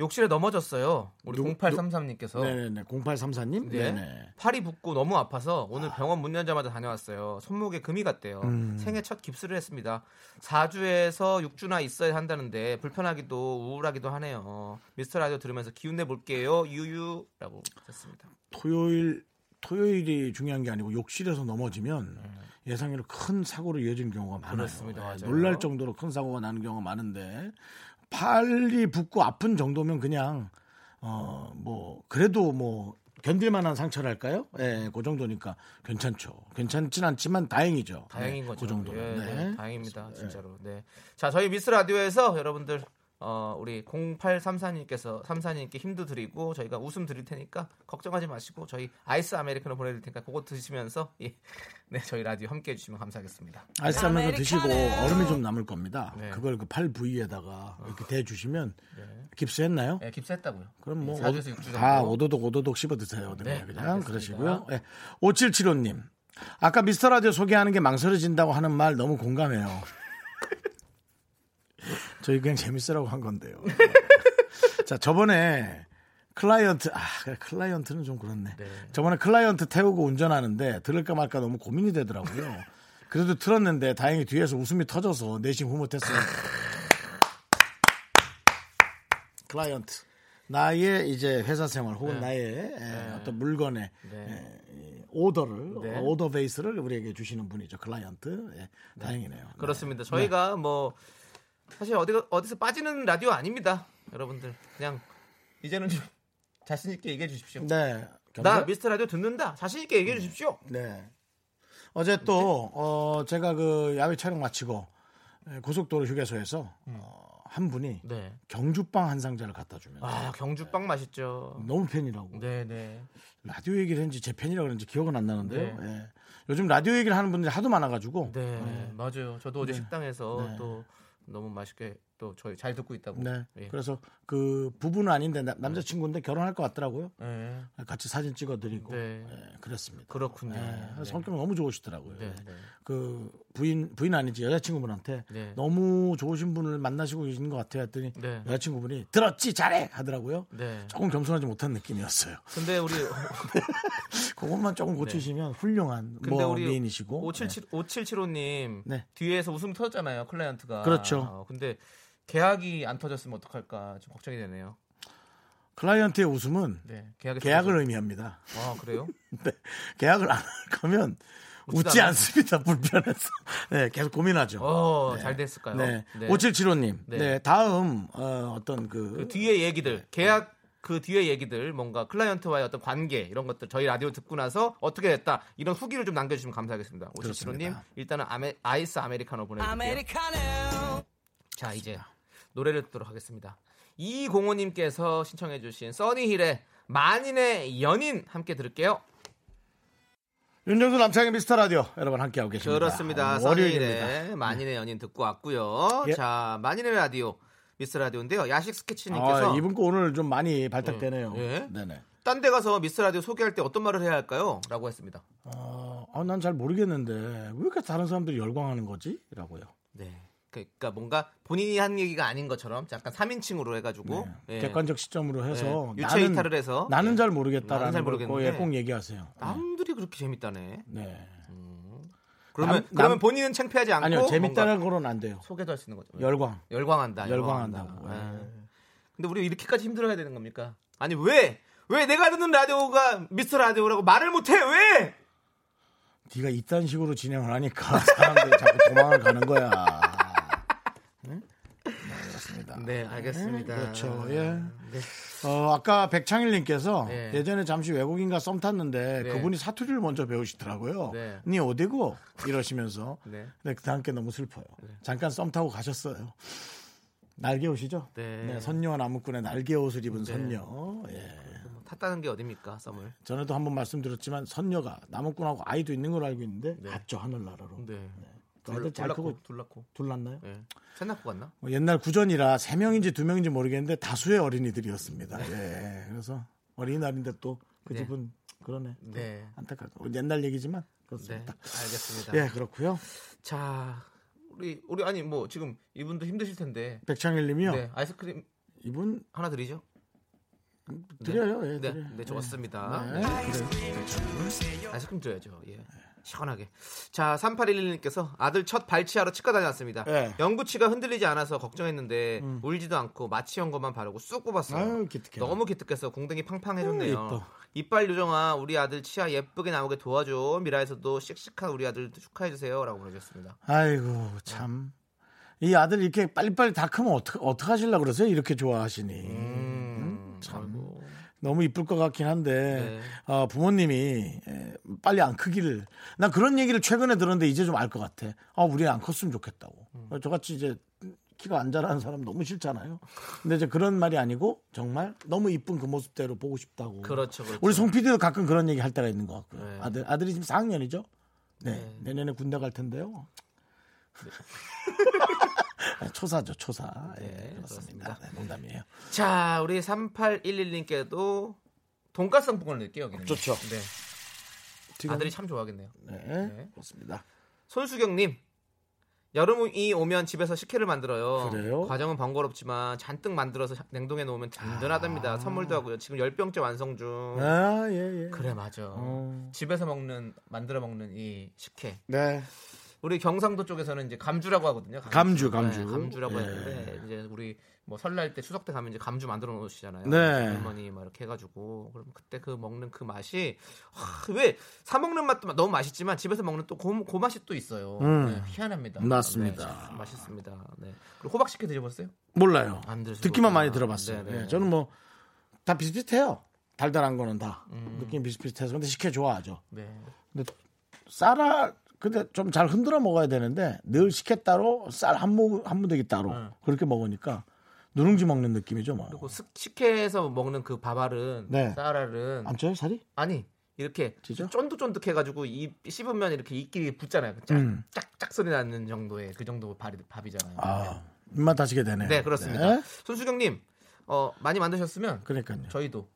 [SPEAKER 2] 욕실에 넘어졌어요. 우리
[SPEAKER 1] 누-
[SPEAKER 2] 0833님께서.
[SPEAKER 1] 네네네. 0834님.
[SPEAKER 2] 어. 네.
[SPEAKER 1] 네네.
[SPEAKER 2] 팔이 붓고 너무 아파서 음. 오늘 병원 문 열자마자 다녀왔어요. 손목에 금이 갔대요. 생애 첫 깁스를 했습니다. 4주에서 6주나 있어야 한다는데 불편하기도 우울하기도 하네요. 미스터 라디오 들으면서 기운 내 볼게요. 유유라고 했습니다.
[SPEAKER 1] 토요일 토요일이 중요한 게 아니고 욕실에서 넘어지면 예상외로 큰 사고로 이어지는 경우가 많아요.
[SPEAKER 2] 그렇습니다.
[SPEAKER 1] 예,
[SPEAKER 2] 맞아요.
[SPEAKER 1] 놀랄 정도로 큰 사고가 나는 경우가 많은데 팔이 붓고 아픈 정도면 그냥 어 뭐 그래도 뭐 견딜만한 상처랄까요? 예, 그 정도니까 괜찮죠. 괜찮진 않지만 다행이죠.
[SPEAKER 2] 다행인
[SPEAKER 1] 네,
[SPEAKER 2] 거죠.
[SPEAKER 1] 그 정도.
[SPEAKER 2] 예,
[SPEAKER 1] 네.
[SPEAKER 2] 네, 다행입니다. 진짜로. 네. 자, 저희 미스 라디오에서 여러분들 어, 우리 0834님께서 34님께 힘도 드리고 저희가 웃음 드릴 테니까 걱정하지 마시고 저희 아이스 아메리카노 보내드릴 테니까 그거 드시면서 예. 네, 저희 라디오 함께 해주시면 감사하겠습니다.
[SPEAKER 1] 아이스 아메리카노 드시고 얼음이 좀 남을 겁니다.
[SPEAKER 2] 네. 아.
[SPEAKER 1] 그걸 그 팔 부위에다가 이렇게 대 주시면 깁스했나요?
[SPEAKER 2] 예, 깁스했다고요.
[SPEAKER 1] 그럼 뭐
[SPEAKER 2] 예, 4주에서 6주 정도.
[SPEAKER 1] 다 오도독 오도독 씹어 드세요. 네,
[SPEAKER 2] 네,
[SPEAKER 1] 그냥
[SPEAKER 2] 알겠습니다.
[SPEAKER 1] 그러시고요. 예. 5775님. 아까 미스터 라디오 소개하는 게 망설여진다고 하는 말 너무 공감해요. 저희 그냥 재밌으라고 한 건데요. 자, 저번에 클라이언트 아, 그래, 클라이언트는 좀 그렇네. 저번에 클라이언트 태우고 운전하는데 들을까 말까 너무 고민이 되더라고요. 그래도 틀었는데 다행히 뒤에서 웃음이 터져서 내심 흐뭇했어요. 클라이언트 나의 이제 회사 생활 혹은
[SPEAKER 2] 네.
[SPEAKER 1] 나의 에, 어떤 물건의 네. 에, 이 오더를
[SPEAKER 2] 네.
[SPEAKER 1] 어, 오더 베이스를 우리에게 주시는 분이죠 클라이언트 예, 다행이네요 네.
[SPEAKER 2] 그렇습니다. 저희가 뭐 사실 어디 어디서 빠지는 라디오 아닙니다. 여러분들 그냥 이제는 좀 자신 있게 얘기해 주십시오.
[SPEAKER 1] 네.
[SPEAKER 2] 나 미스터 라디오 듣는다. 자신 있게 얘기해 주십시오.
[SPEAKER 1] 네. 어제
[SPEAKER 2] 네. 음.
[SPEAKER 1] 또 예, 어, 제가 그 야외 촬영 마치고 에, 고속도로 휴게소에서 어, 한 분이
[SPEAKER 2] 네.
[SPEAKER 1] 경주빵 한 상자를 갖다 주면
[SPEAKER 2] 아 경주빵 맛있죠.
[SPEAKER 1] 너무 팬이라고
[SPEAKER 2] 네네.
[SPEAKER 1] 라디오 얘기를 했는지 제 팬이라 그런지 기억은 안 나는데요.
[SPEAKER 2] 네.
[SPEAKER 1] 예. 요즘 라디오 얘기를 하는 분들이 하도 많아가지고 예.
[SPEAKER 2] 네, 맞아요. 저도 어제
[SPEAKER 1] 네.
[SPEAKER 2] 식당에서
[SPEAKER 1] 네.
[SPEAKER 2] 또 너무 맛있게 또 저희 잘 듣고 있다고.
[SPEAKER 1] 네.
[SPEAKER 2] 예.
[SPEAKER 1] 그래서 그 부부는 아닌데 나- 남자친구인데 결혼할 것 같더라고요.
[SPEAKER 2] 네.
[SPEAKER 1] 같이 사진 찍어드리고
[SPEAKER 2] 네.
[SPEAKER 1] 예, 그랬습니다.
[SPEAKER 2] 그렇군요.
[SPEAKER 1] 예,
[SPEAKER 2] 네.
[SPEAKER 1] 성격 너무 좋으시더라고요.
[SPEAKER 2] 네, 네.
[SPEAKER 1] 그 부인 부인 아니지 여자친구분한테
[SPEAKER 2] 네.
[SPEAKER 1] 너무 좋으신 분을 만나시고 계신 것 같아요. 했더니
[SPEAKER 2] 네.
[SPEAKER 1] 여자친구분이 들었지 잘해 하더라고요.
[SPEAKER 2] 네.
[SPEAKER 1] 조금 겸손하지 못한 느낌이었어요.
[SPEAKER 2] 근데 우리
[SPEAKER 1] 뭐 그것만 조금 고치시면 훌륭한
[SPEAKER 2] 네. 근데
[SPEAKER 1] 뭐
[SPEAKER 2] 우리
[SPEAKER 1] 미인이시고
[SPEAKER 2] 577 5775님
[SPEAKER 1] 네.
[SPEAKER 2] 뒤에서 웃음 터졌잖아요. 클라이언트가.
[SPEAKER 1] 그렇죠.
[SPEAKER 2] 어, 근데 계약이 안 터졌으면 어떡할까 좀 걱정이 되네요.
[SPEAKER 1] 네. 클라이언트의 웃음은
[SPEAKER 2] 네. 계약이
[SPEAKER 1] 계약을 의미합니다.
[SPEAKER 2] 터졌- 아, 그래요?
[SPEAKER 1] 근데 계약을 안 할 거면
[SPEAKER 2] 웃지도
[SPEAKER 1] 웃지
[SPEAKER 2] 않아요?
[SPEAKER 1] 않습니다. 불편해서 네, 계속 고민하죠.
[SPEAKER 2] 어, 잘 됐을까요?
[SPEAKER 1] 네.
[SPEAKER 2] 네.
[SPEAKER 1] 5775님. 네.
[SPEAKER 2] 네.
[SPEAKER 1] 다음 어, 어떤 그,
[SPEAKER 2] 그 뒤에 얘기들 계약 그 뒤에 얘기들 뭔가 클라이언트와의 어떤 관계 이런 것들 저희 라디오 듣고 나서 어떻게 됐다 이런 후기를 좀 남겨주시면 감사하겠습니다 오십칠호님
[SPEAKER 1] 그렇습니다.
[SPEAKER 2] 일단은 아메, 아이스 아메리카노 보내드릴게요 자 이제 노래를 듣도록 하겠습니다 이공호님께서 신청해주신 써니힐의 만인의 연인 함께 들을게요
[SPEAKER 1] 윤정수 남창의 미스터 라디오 여러분 함께하고 계십니다.
[SPEAKER 2] 그렇습니다
[SPEAKER 1] 아, 월요일입니다.
[SPEAKER 2] 써니힐의 만인의 연인 듣고 왔고요
[SPEAKER 1] 예.
[SPEAKER 2] 자 만인의 라디오 미스 라디오인데요 야식 스케치님께서
[SPEAKER 1] 아, 이분 거 오늘 좀 많이 발탁되네요.
[SPEAKER 2] 예.
[SPEAKER 1] 네네.
[SPEAKER 2] 딴 데 가서 미스 라디오 소개할 때 어떤 말을 해야 할까요? 라고 했습니다.
[SPEAKER 1] 어, 난 잘 모르겠는데 왜 이렇게 다른 사람들이 열광하는 거지? 라고요.
[SPEAKER 2] 네. 그러니까 뭔가 본인이 한 얘기가 아닌 것처럼 약간 3인칭으로 해가지고 예.
[SPEAKER 1] 네. 객관적 시점으로 해서
[SPEAKER 2] 네. 유체
[SPEAKER 1] 나는
[SPEAKER 2] 이탈을 해서.
[SPEAKER 1] 나는
[SPEAKER 2] 네.
[SPEAKER 1] 잘
[SPEAKER 2] 나는
[SPEAKER 1] 모르겠다라는
[SPEAKER 2] 잘
[SPEAKER 1] 걸 꼭, 예,
[SPEAKER 2] 모르겠는데. 아.
[SPEAKER 1] 꼭 얘기하세요.
[SPEAKER 2] 남들이 그렇게 재밌다네.
[SPEAKER 1] 네.
[SPEAKER 2] 그러면
[SPEAKER 1] 남-
[SPEAKER 2] 그러면
[SPEAKER 1] 남-
[SPEAKER 2] 본인은 창피하지 않고
[SPEAKER 1] 아니요
[SPEAKER 2] 뭔가 네.
[SPEAKER 1] 재밌다는 거는 안 돼요.
[SPEAKER 2] 소개도 할 수 있는 거죠.
[SPEAKER 1] 열광.
[SPEAKER 2] 열광한다.
[SPEAKER 1] 열광한다고. 네.
[SPEAKER 2] 열광한다. 예. 근데 우리 가 이렇게까지 힘들어야 되는 겁니까? 아니 왜? 왜 내가 듣는 라디오가 미스터 라디오라고 말을 못해 왜?
[SPEAKER 1] 네가 이딴 식으로 진행을 하니까 사람들이 자꾸 도망을 가는 거야. 응? 네, 그렇습니다.
[SPEAKER 2] 네 알겠습니다.
[SPEAKER 1] 그렇죠. 예. 어, 아까 백창일님께서
[SPEAKER 2] 네.
[SPEAKER 1] 예전에 잠시 외국인과 썸 탔는데
[SPEAKER 2] 네.
[SPEAKER 1] 그분이 사투리를 먼저 배우시더라고요.
[SPEAKER 2] 네.
[SPEAKER 1] 니 어디고 이러시면서.
[SPEAKER 2] 네.
[SPEAKER 1] 근데 그 다음 게 너무 슬퍼요. 잠깐 썸 타고 가셨어요. 날개 옷이죠?
[SPEAKER 2] 네.
[SPEAKER 1] 선녀와 나무꾼의 날개 옷을 입은 선녀. 예.
[SPEAKER 2] 뭐 탔다는 게 어딥니까 썸을?
[SPEAKER 1] 전에도 한번 말씀드렸지만 선녀가 나무꾼하고 아이도 있는 걸 알고 있는데 갔죠 하늘나라로.
[SPEAKER 2] 네.
[SPEAKER 1] 애들 잘 크고
[SPEAKER 2] 둘라코 둘라코.
[SPEAKER 1] 둘났나요?
[SPEAKER 2] 예. 샌나코 갔나?
[SPEAKER 1] 뭐 옛날 구전이라 세 명인지 두 명인지 모르겠는데 다수의 어린이들이었습니다. 예. 그래서 어린이날인데 또 그
[SPEAKER 2] 네.
[SPEAKER 1] 집은 그러네.
[SPEAKER 2] 네.
[SPEAKER 1] 안타깝고 옛날 얘기지만
[SPEAKER 2] 네,
[SPEAKER 1] 그렇습니다.
[SPEAKER 2] 알겠습니다.
[SPEAKER 1] 예, 그렇고요.
[SPEAKER 2] 자, 우리 우리 아니 뭐 지금 이분도 힘드실 텐데.
[SPEAKER 1] 백창일님이요.
[SPEAKER 2] 네, 아이스크림
[SPEAKER 1] 이분
[SPEAKER 2] 하나 드리죠.
[SPEAKER 1] 드려요. 예,
[SPEAKER 2] 네,
[SPEAKER 1] 드려요.
[SPEAKER 2] 네, 좋습니다.
[SPEAKER 1] 예.
[SPEAKER 2] 네.
[SPEAKER 1] 네, 드려요.
[SPEAKER 2] 아이스크림 줘야죠. 예. 시원하게. 자, 3811님께서 아들 첫 발치하러 치과 다녀왔습니다.
[SPEAKER 1] 예. 음.
[SPEAKER 2] 영구치가 흔들리지 않아서 걱정했는데 울지도 않고 마취연고만 바르고 쑥 꼽았어요.
[SPEAKER 1] 아유, 어, 기특해라.
[SPEAKER 2] 너무 기특해서 공댕이
[SPEAKER 1] 아유,
[SPEAKER 2] 팡팡해졌네요.
[SPEAKER 1] 예뻐.
[SPEAKER 2] 이빨 요정아, 우리 아들 치아 예쁘게 나오게 도와줘. 미라에서도 씩씩한 우리 아들 축하해주세요. 라고 보내주셨습니다.
[SPEAKER 1] 아이고 참. 이 아들 이렇게 빨리빨리 다 크면 어떡, 어떡하실라 그러세요? 이렇게 좋아하시니.
[SPEAKER 2] 음, 아이고.
[SPEAKER 1] 너무 이쁠 것 같긴 한데
[SPEAKER 2] 네.
[SPEAKER 1] 어, 부모님이 에, 빨리 안 크기를 난 그런 얘기를 최근에 들었는데 이제 좀 알 것 같아. 아 우리 안 컸으면 좋겠다고.
[SPEAKER 2] 음.
[SPEAKER 1] 어, 저같이 이제 키가 안 자라는 사람 너무 싫잖아요. 근데 이제 그런 말이 아니고 정말 너무 이쁜 그 모습대로 보고 싶다고.
[SPEAKER 2] 그렇죠, 그렇죠.
[SPEAKER 1] 우리 송 PD도 가끔 그런 얘기 할 때가 있는 것 같고요.
[SPEAKER 2] 네.
[SPEAKER 1] 아들 아들이 지금 4학년이죠. 네, 내년에 군대 갈 텐데요. 아, 초사죠 초사. 예,
[SPEAKER 2] 네,
[SPEAKER 1] 그렇습니다. 네, 농담이에요.
[SPEAKER 2] 자, 우리 3811님께도 돈가스 상품권을 낼게요. 여기는.
[SPEAKER 1] 좋죠.
[SPEAKER 2] 네.
[SPEAKER 1] 지금-
[SPEAKER 2] 아들이 참 좋아하겠네요.
[SPEAKER 1] 네,
[SPEAKER 2] 네.
[SPEAKER 1] 그렇습니다.
[SPEAKER 2] 손수경님. 여름이 오면 집에서 식혜를 만들어요.
[SPEAKER 1] 그래요?
[SPEAKER 2] 과정은 번거롭지만 잔뜩 만들어서 냉동해 놓으면 든든하답니다. 선물도 하고요. 지금 10병째 완성 중.
[SPEAKER 1] 아, 예, 예.
[SPEAKER 2] 그래 맞아.
[SPEAKER 1] 어.
[SPEAKER 2] 집에서 먹는 만들어 먹는 이 식혜.
[SPEAKER 1] 네.
[SPEAKER 2] 우리 경상도 쪽에서는 이제 감주라고 하거든요.
[SPEAKER 1] 감주, 감주.
[SPEAKER 2] 네, 감주라고
[SPEAKER 1] 예.
[SPEAKER 2] 했는데 이제 우리 뭐 설날 때 추석 때 가면 이제 감주 만들어 놓으시잖아요.
[SPEAKER 1] 네.
[SPEAKER 2] 할머니 막 이렇게 해가지고 그럼 그때 그 먹는 그 맛이 왜 사 먹는 맛도 너무 맛있지만 집에서 먹는 또고 그 맛이 또 있어요.
[SPEAKER 1] 음.
[SPEAKER 2] 네, 희한합니다.
[SPEAKER 1] 맞습니다.
[SPEAKER 2] 네, 참 맛있습니다. 네. 그리고 호박 식혜 드셔보세요?
[SPEAKER 1] 몰라요.
[SPEAKER 2] 안 드셔보셨구나.
[SPEAKER 1] 듣기만 많이 들어봤어요.
[SPEAKER 2] 네네.
[SPEAKER 1] 예, 저는 뭐, 다 비슷비슷해요.
[SPEAKER 2] 음.
[SPEAKER 1] 달달한 거는 다. 느낌 비슷비슷해서. 근데 식혜 좋아하죠.
[SPEAKER 2] 네.
[SPEAKER 1] 근데 쌀알, 근데 좀 잘 흔들어 먹어야 되는데 늘 식혜 따로 쌀 한무한 무더기 따로
[SPEAKER 2] 네.
[SPEAKER 1] 그렇게 먹으니까 누룽지 먹는 느낌이죠 뭐.
[SPEAKER 2] 그리고 식- 식혜에서 먹는 그 바발은
[SPEAKER 1] 네.
[SPEAKER 2] 쌀알은
[SPEAKER 1] 안 쪄요 살이?
[SPEAKER 2] 아니 이렇게
[SPEAKER 1] 지죠?
[SPEAKER 2] 쫀득쫀득해가지고 이 씹으면 이렇게 입끼리 붙잖아요. 짝,
[SPEAKER 1] 음.
[SPEAKER 2] 짝짝 소리 나는 정도의 그 정도 발이, 밥이잖아요.
[SPEAKER 1] 아 입맛 다시게 되네.
[SPEAKER 2] 네 그렇습니다.
[SPEAKER 1] 네.
[SPEAKER 2] 손수경님 어, 많이 만드셨으면
[SPEAKER 1] 그러니까요.
[SPEAKER 2] 저희도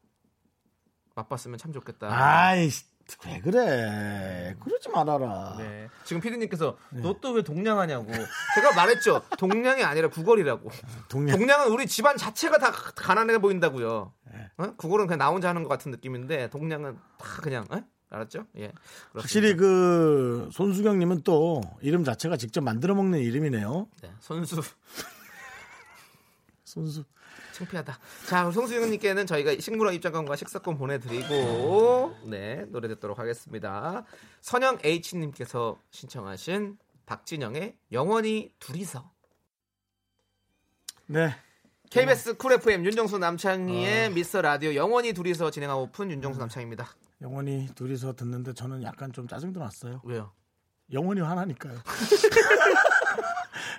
[SPEAKER 2] 맛봤으면 참 좋겠다.
[SPEAKER 1] 아이 왜 그래? 그러지 말아라.
[SPEAKER 2] 네. 지금 피디님께서
[SPEAKER 1] 네.
[SPEAKER 2] 너 또 왜 동냥하냐고. 제가 말했죠. 동냥이 아니라 구걸이라고.
[SPEAKER 1] 동네
[SPEAKER 2] 동냥은 우리 집안 자체가 다 가난해 보인다고요.
[SPEAKER 1] 예.
[SPEAKER 2] 어? 구걸은 그냥 나 혼자 하는 것 같은 느낌인데 동냥은 다 그냥 어? 알았죠? 예. 그렇습니다.
[SPEAKER 1] 확실히 그 손수경님은 또 이름 자체가 직접 만들어 먹는 이름이네요.
[SPEAKER 2] 네. 손수
[SPEAKER 1] 손수
[SPEAKER 2] 창피하다. 자, 우리 성수영님께는 저희가 식물원 입장권과 식사권 보내드리고, 네, 노래 듣도록 하겠습니다. 선영 H님께서 신청하신 박진영의 영원히 둘이서.
[SPEAKER 1] 네.
[SPEAKER 2] KBS 쿨 FM 윤정수 남창희의 미스터 라디오 영원히 둘이서 진행하고 오픈 윤정수 남창입니다.
[SPEAKER 1] 영원히 둘이서 듣는데 저는 약간 좀 짜증도 났어요.
[SPEAKER 2] 왜요?
[SPEAKER 1] 영원히 화나니까요.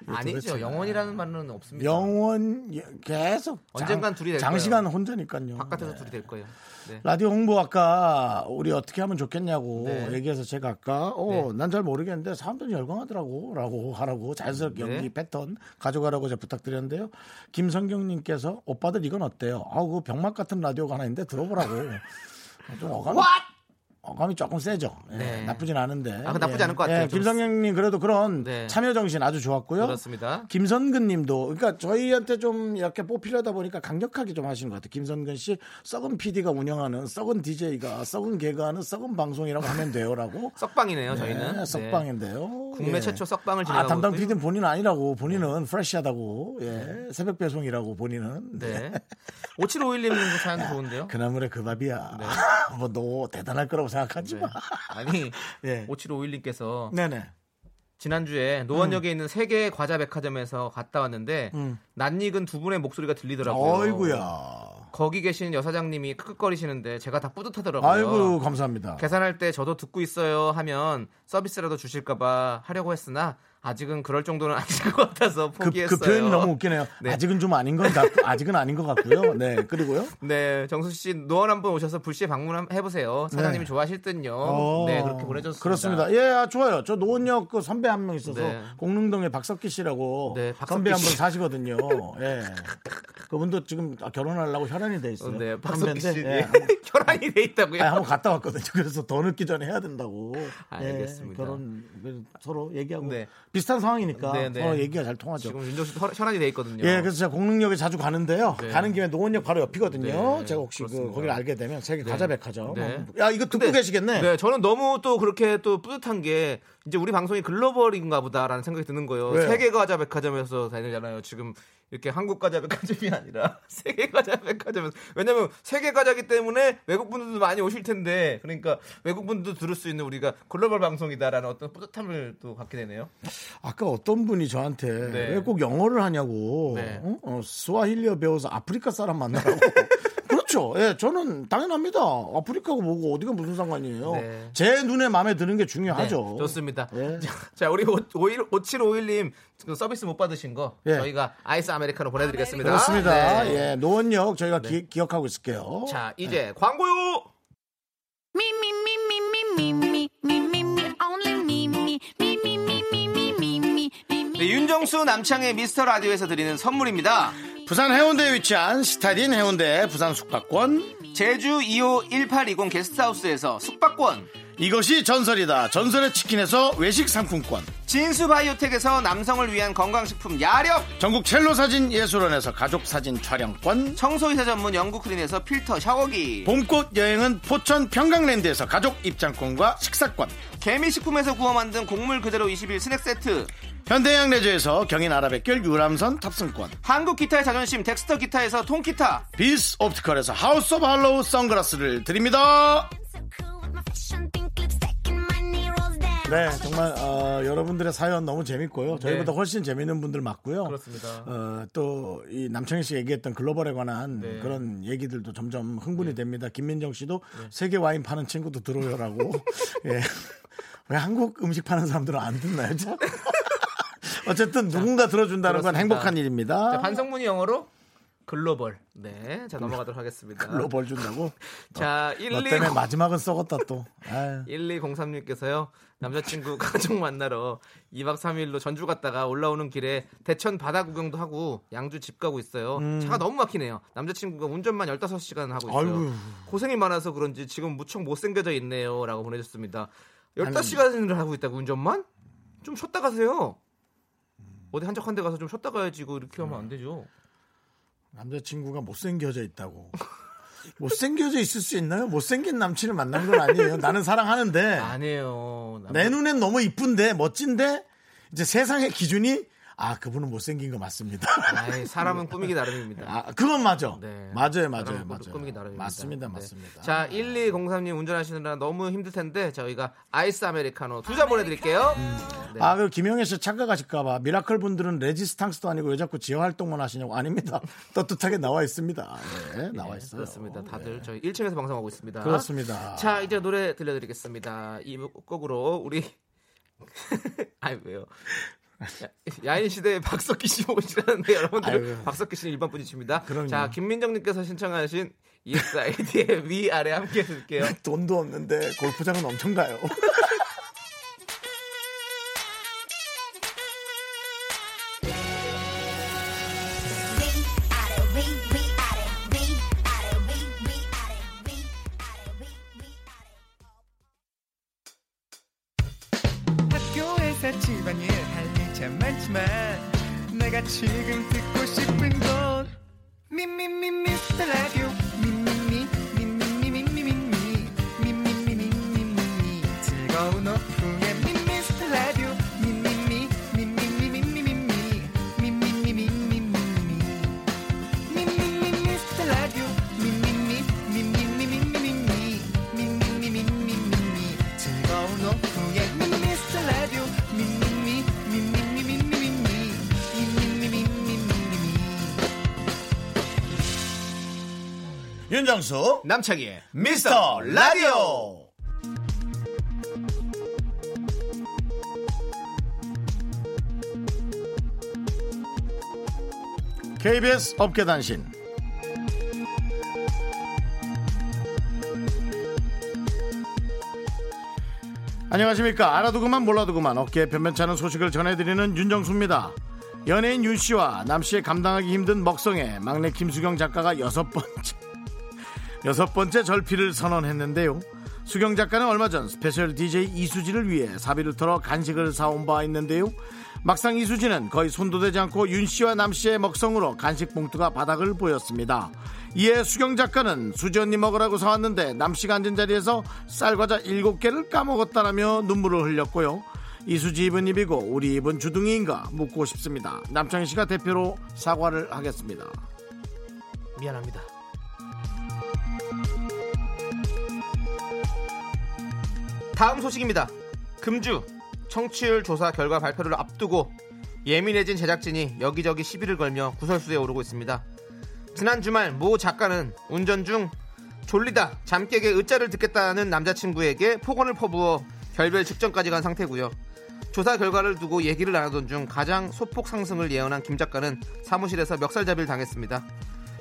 [SPEAKER 2] 아니죠.
[SPEAKER 1] 도대체.
[SPEAKER 2] 영원이라는 말은 없습니다.
[SPEAKER 1] 영원 예, 계속
[SPEAKER 2] 언젠간 둘이 될
[SPEAKER 1] 장시간 혼자니까요.
[SPEAKER 2] 바깥에서
[SPEAKER 1] 네.
[SPEAKER 2] 둘이 될 거예요. 네.
[SPEAKER 1] 라디오 홍보 아까 우리 어떻게 하면 좋겠냐고
[SPEAKER 2] 네.
[SPEAKER 1] 얘기해서 제가 아까 어, 난 잘 모르겠는데 사람들이 열광하더라고라고 하라고 자연스럽게
[SPEAKER 2] 네.
[SPEAKER 1] 연기 패턴 가져가라고 제가 부탁드렸는데요. 김성경님께서 오빠들 이건 어때요? 아우 그 병맛 같은 라디오가 하나 있는데 들어보라고 좀 어감이
[SPEAKER 2] What?
[SPEAKER 1] 어감이 조금 세죠. 예,
[SPEAKER 2] 네.
[SPEAKER 1] 나쁘진 않은데. 예.
[SPEAKER 2] 아, 그 나쁘지 않을 것 같아요. 좀
[SPEAKER 1] 김성경님 그래도 그런
[SPEAKER 2] 네.
[SPEAKER 1] 참여 정신 아주 좋았고요.
[SPEAKER 2] 그렇습니다.
[SPEAKER 1] 김선근 님도 그러니까 저희한테 좀 이렇게 뽑히려 하다 보니까 강력하게 좀 하시는 것 같아요. 김선근 씨 썩은 PD가 운영하는 썩은 DJ가 썩은 개가 하는 썩은 방송이라고 하면 돼요라고.
[SPEAKER 2] 썩방이네요, 저희는.
[SPEAKER 1] 네,
[SPEAKER 2] 네.
[SPEAKER 1] 썩방인데요.
[SPEAKER 2] 국내 최초 썩방을
[SPEAKER 1] 아,
[SPEAKER 2] 진행하고
[SPEAKER 1] 담당
[SPEAKER 2] 있고요.
[SPEAKER 1] PD는 본인 은 아니라고. 본인은 프레시하다고. 예. 새벽 배송이라고 본인은.
[SPEAKER 2] 네. 5751님 사연 좋은데요?
[SPEAKER 1] 그나물의 그 밥이야. 뭐 너 대단할 거라고 생각하지
[SPEAKER 2] 네.
[SPEAKER 1] 마.
[SPEAKER 2] 아니
[SPEAKER 1] 네.
[SPEAKER 2] 5751님께서
[SPEAKER 1] 네네.
[SPEAKER 2] 지난주에 노원역에 있는 세계 과자 백화점에서 갔다 왔는데
[SPEAKER 1] 음.
[SPEAKER 2] 낯익은 두 분의 목소리가 들리더라고요.
[SPEAKER 1] 아이고야.
[SPEAKER 2] 거기 계신 여사장님이 크크거리시는데 제가 다 뿌듯하더라고요.
[SPEAKER 1] 아이고 감사합니다.
[SPEAKER 2] 계산할 때 저도 듣고 있어요 하면 서비스라도 주실까봐 하려고 했으나 아직은 그럴 정도는 아닌 것 같아서
[SPEAKER 1] 그,
[SPEAKER 2] 포기했어요.
[SPEAKER 1] 그 표현이 너무 웃기네요.
[SPEAKER 2] 네.
[SPEAKER 1] 아직은 좀 아닌 건 같, 아직은 아닌 것 같고요. 네 그리고요.
[SPEAKER 2] 네, 정수 씨 노원 한번 오셔서 불씨 방문 해 보세요. 사장님이
[SPEAKER 1] 네.
[SPEAKER 2] 좋아하실 듯요.
[SPEAKER 1] 어,
[SPEAKER 2] 네, 그렇게 보내줬습니다.
[SPEAKER 1] 그렇습니다. 예, 아, 좋아요. 저 노원역 그 선배 한 명 있어서
[SPEAKER 2] 네.
[SPEAKER 1] 공릉동에 박석기 씨라고
[SPEAKER 2] 네, 박석기
[SPEAKER 1] 선배 한 분
[SPEAKER 2] 씨.
[SPEAKER 1] 사시거든요. 예. 그분도 지금 아, 결혼하려고 혈안이 돼 있어요.
[SPEAKER 2] 네, 박석기 씨
[SPEAKER 1] 선배인데, 예,
[SPEAKER 2] 네.
[SPEAKER 1] 한번-
[SPEAKER 2] 결혼이 돼 있다고요.
[SPEAKER 1] 아니, 한번 갔다 왔거든요. 그래서 더 늦기 전에 해야 된다고.
[SPEAKER 2] 알겠습니다.
[SPEAKER 1] 예, 결혼 서로 얘기하고
[SPEAKER 2] 네.
[SPEAKER 1] 비슷한 상황이니까
[SPEAKER 2] 네, 네.
[SPEAKER 1] 서로 얘기가 잘 통하죠.
[SPEAKER 2] 지금 윤정 씨 혈- 혈안이 돼 있거든요.
[SPEAKER 1] 예, 그래서 제가 공릉역에 자주 가는데요.
[SPEAKER 2] 어. 네.
[SPEAKER 1] 가는 김에 노원역 바로 옆이거든요.
[SPEAKER 2] 네,
[SPEAKER 1] 제가 혹시 그
[SPEAKER 2] 그렇습니다.
[SPEAKER 1] 거기를 알게 되면 세계 과자 백화점.
[SPEAKER 2] 네.
[SPEAKER 1] 야, 이거 듣고 계시겠네.
[SPEAKER 2] 네, 저는 너무 또 그렇게 또 뿌듯한 게 이제 우리 방송이 글로벌인가 보다라는 생각이 드는 거예요.
[SPEAKER 1] 왜요?
[SPEAKER 2] 세계 과자 백화점에서 다니잖아요. 지금 이렇게 한국 과자 백화점이 아니라 세계 과자 백화점에서 왜냐면 세계 과자기 때문에 외국 분들도 많이 오실 텐데 그러니까 외국 분들도 들을 수 있는 우리가 글로벌 방송이다라는 어떤 뿌듯함을 또 갖게 되네요.
[SPEAKER 1] 아까 어떤 분이 저한테
[SPEAKER 2] 네.
[SPEAKER 1] 왜 꼭 영어를 하냐고.
[SPEAKER 2] 네.
[SPEAKER 1] 어? 어, 스와힐리어 배워서 아프리카 사람 만나라고. 그렇죠. 예, 저는 당연합니다. 아프리카고 뭐고 어디가 무슨 상관이에요.
[SPEAKER 2] 네.
[SPEAKER 1] 제 눈에 마음에 드는 게 중요하죠.
[SPEAKER 2] 네, 좋습니다.
[SPEAKER 1] 예.
[SPEAKER 2] 자, 우리 5751님 서비스 못 받으신 거
[SPEAKER 1] 예.
[SPEAKER 2] 저희가 아이스 아메리카노 보내드리겠습니다.
[SPEAKER 1] 그렇습니다.
[SPEAKER 2] 네.
[SPEAKER 1] 예, 노원역 저희가 기, 억하고 있을게요.
[SPEAKER 2] 자, 이제 광고요.
[SPEAKER 3] Me, me, me, me, me, me, me, me, me, me, only me, me, me, me, me, me, me, me, me, me, me.
[SPEAKER 2] 네, 윤정수 남창의 미스터 라디오에서 드리는 선물입니다.
[SPEAKER 1] 부산 해운대에 위치한 스타딘 해운대 부산 숙박권.
[SPEAKER 2] 제주 2호 1820 게스트하우스에서 숙박권,
[SPEAKER 1] 이것이 전설이다. 전설의 치킨에서 외식 상품권.
[SPEAKER 2] 진수 바이오텍에서 남성을 위한 건강식품 야력,
[SPEAKER 1] 전국 첼로 사진 예술원에서 가족 사진 촬영권.
[SPEAKER 2] 청소이사 전문 영국 크린에서 필터 샤워기,
[SPEAKER 1] 봄꽃 여행은 포천 평강랜드에서 가족 입장권과 식사권.
[SPEAKER 2] 개미식품에서 구워 만든 곡물 그대로 21 스낵 세트,
[SPEAKER 1] 현대양 레저에서 경인 아라뱃길 유람선 탑승권.
[SPEAKER 2] 한국 기타의 자존심 덱스터 기타에서 통기타,
[SPEAKER 1] 비스 옵티컬에서 하우스 오브 할로우 선글라스를 드립니다.
[SPEAKER 3] I'm so cool with my fashion, pink lipstick and my knee rolls down.
[SPEAKER 1] 네, 정말 어, 여러분들의 사연 너무 재밌고요. 저희보다
[SPEAKER 2] 네.
[SPEAKER 1] 훨씬 재밌는 분들 맞고요.
[SPEAKER 2] 그렇습니다.
[SPEAKER 1] 어, 또 이 남창희 씨 얘기했던 글로벌에 관한
[SPEAKER 2] 네.
[SPEAKER 1] 그런 얘기들도
[SPEAKER 2] 네.
[SPEAKER 1] 점점 흥분이 됩니다. 김민정 씨도 세계 와인 파는 친구도 들어요라고. 예. 왜 한국 음식 파는 사람들은 안 듣나요? 참? 어쨌든 누군가 들어준다는 건
[SPEAKER 2] 그렇습니다.
[SPEAKER 1] 행복한
[SPEAKER 2] 자,
[SPEAKER 1] 일입니다.
[SPEAKER 2] 반성문이 영어로 글로벌. 네, 자 넘어가도록 하겠습니다.
[SPEAKER 1] 글로 벌 준다고.
[SPEAKER 2] 자,
[SPEAKER 1] 너
[SPEAKER 2] 12
[SPEAKER 1] 때문에 마지막은 썩었다 또. 아유.
[SPEAKER 2] 1203님께서요. 남자친구 가족 만나러 2박 3일로 전주 갔다가 올라오는 길에 대천 바다 구경도 하고 양주 집 가고 있어요.
[SPEAKER 1] 음.
[SPEAKER 2] 차가 너무 막히네요. 남자친구가 운전만 15시간 하고 있어요.
[SPEAKER 1] 아이고.
[SPEAKER 2] 고생이 많아서 그런지 지금 무척 못생겨져 있네요. 라고 보내줬습니다. 15시간을 하고 있다고 운전만? 좀 쉬었다 가세요. 어디 한적한 데 가서 좀 쉬었다 가야지 고 이렇게 하면 안 되죠.
[SPEAKER 1] 남자친구가 못생겨져 있다고. 못생겨져 있을 수 있나요? 못생긴 남친을 만난 건 아니에요. 나는 사랑하는데
[SPEAKER 2] 아니에요. 남자-
[SPEAKER 1] 내 눈엔 너무 이쁜데 멋진데 이제 세상의 기준이 아 그분은 못생긴 거 맞습니다.
[SPEAKER 2] 아이, 사람은 꾸미기 나름입니다.
[SPEAKER 1] 아 그건 맞아.
[SPEAKER 2] 네.
[SPEAKER 1] 맞아요, 맞아요,
[SPEAKER 2] 사람은
[SPEAKER 1] 맞아요.
[SPEAKER 2] 꾸미기 나름입니다.
[SPEAKER 1] 맞습니다,
[SPEAKER 2] 네.
[SPEAKER 1] 맞습니다.
[SPEAKER 2] 자, 1203님 운전하시느라 너무 힘들 텐데 저희가 아이스 아메리카노 두 잔 보내드릴게요. 네.
[SPEAKER 1] 아, 그 김영애 씨 착각하실까봐 미라클 분들은 레지스탕스도 아니고 왜 자꾸 지하 활동만 하시냐고 아닙니다. 떳떳하게 나와 있습니다. 네, 나와 있어요. 네.
[SPEAKER 2] 그렇습니다. 다들 저희 1층에서 방송하고 있습니다.
[SPEAKER 1] 그렇습니다.
[SPEAKER 2] 자, 이제 노래 들려드리겠습니다. 이 곡으로 우리 아이 왜요? 야- 야인 시대의 박석기 씨 모시라는데 여러분들
[SPEAKER 1] 아이고.
[SPEAKER 2] 박석기 씨는 일반 분이십니다.
[SPEAKER 1] 그럼요.
[SPEAKER 2] 자, 김민정님께서 신청하신 ESID의 위 아래 함께
[SPEAKER 1] 네,
[SPEAKER 2] 들게요.
[SPEAKER 1] 돈도 없는데 골프장은 엄청 가요.
[SPEAKER 4] 학교에서 집안일 할 일 참 많지만 내가 지금 듣고 싶은 건 미미미 미스터 라디오 미미미 미미미 미미미 미미미 미미미 즐거운 오후에 미미스터 라디오 미미미 미미미 미미미 미미미 미미미
[SPEAKER 1] 윤정수
[SPEAKER 2] 남창희의
[SPEAKER 1] 미스터 라디오. KBS 업계 단신. 안녕하십니까. 알아두고만 몰라두고만 어깨에 변변찮은 소식을 전해드리는 윤정수입니다. 연예인 윤 씨와 남 씨의 감당하기 힘든 먹성에 막내 김수경 작가가 여섯 번째 여섯 번째 절필을 선언했는데요. 수경 작가는 얼마 전 스페셜 DJ 이수지를 위해 사비를 털어 간식을 사온 바 있는데요. 막상 이수지는 거의 손도 대지 않고 윤 씨와 남 씨의 먹성으로 간식 봉투가 바닥을 보였습니다. 이에 수경 작가는 수지 언니 먹으라고 사왔는데 남 씨가 앉은 자리에서 쌀과자 7개를 까먹었다라며 눈물을 흘렸고요. 이수지 입은 입이고 우리 입은 주둥이인가 묻고 싶습니다. 남창희 씨가 대표로 사과를 하겠습니다.
[SPEAKER 2] 미안합니다. 다음 소식입니다. 금주 청취율 조사 결과 발표를 앞두고 예민해진 제작진이 여기저기 시비를 걸며 구설수에 오르고 있습니다. 지난 주말 모 작가는 운전 중 졸리다 잠 깨게 으짜를 듣겠다는 남자친구에게 폭언을 퍼부어 결별 직전까지 간 상태고요. 조사 결과를 두고 얘기를 나누던 중 가장 소폭 상승을 예언한 김 작가는 사무실에서 멱살잡이를 당했습니다.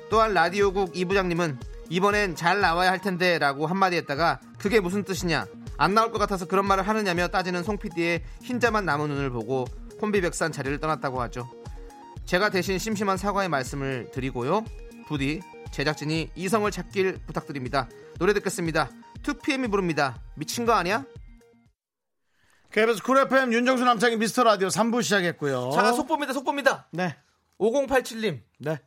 [SPEAKER 2] 또한 라디오국 이 부장님은 이번엔 잘 나와야 할 텐데 라고 한마디 했다가 그게 무슨 뜻이냐 안 나올 것 같아서 그런 말을 하느냐며 따지는 송 PD의 흰자만 남은 눈을 보고 혼비백산 자리를 떠났다고 하죠 제가 대신 심심한 사과의 말씀을 드리고요 부디 제작진이 이성을 찾길 부탁드립니다 노래 듣겠습니다 2PM이 부릅니다 미친 거 아니야?
[SPEAKER 1] KBS 쿨 FM 윤정수 남창희 미스터 라디오 3부 시작했고요.
[SPEAKER 2] 자 속보입니다 속보입니다
[SPEAKER 1] 네.
[SPEAKER 2] 5087님
[SPEAKER 1] 네.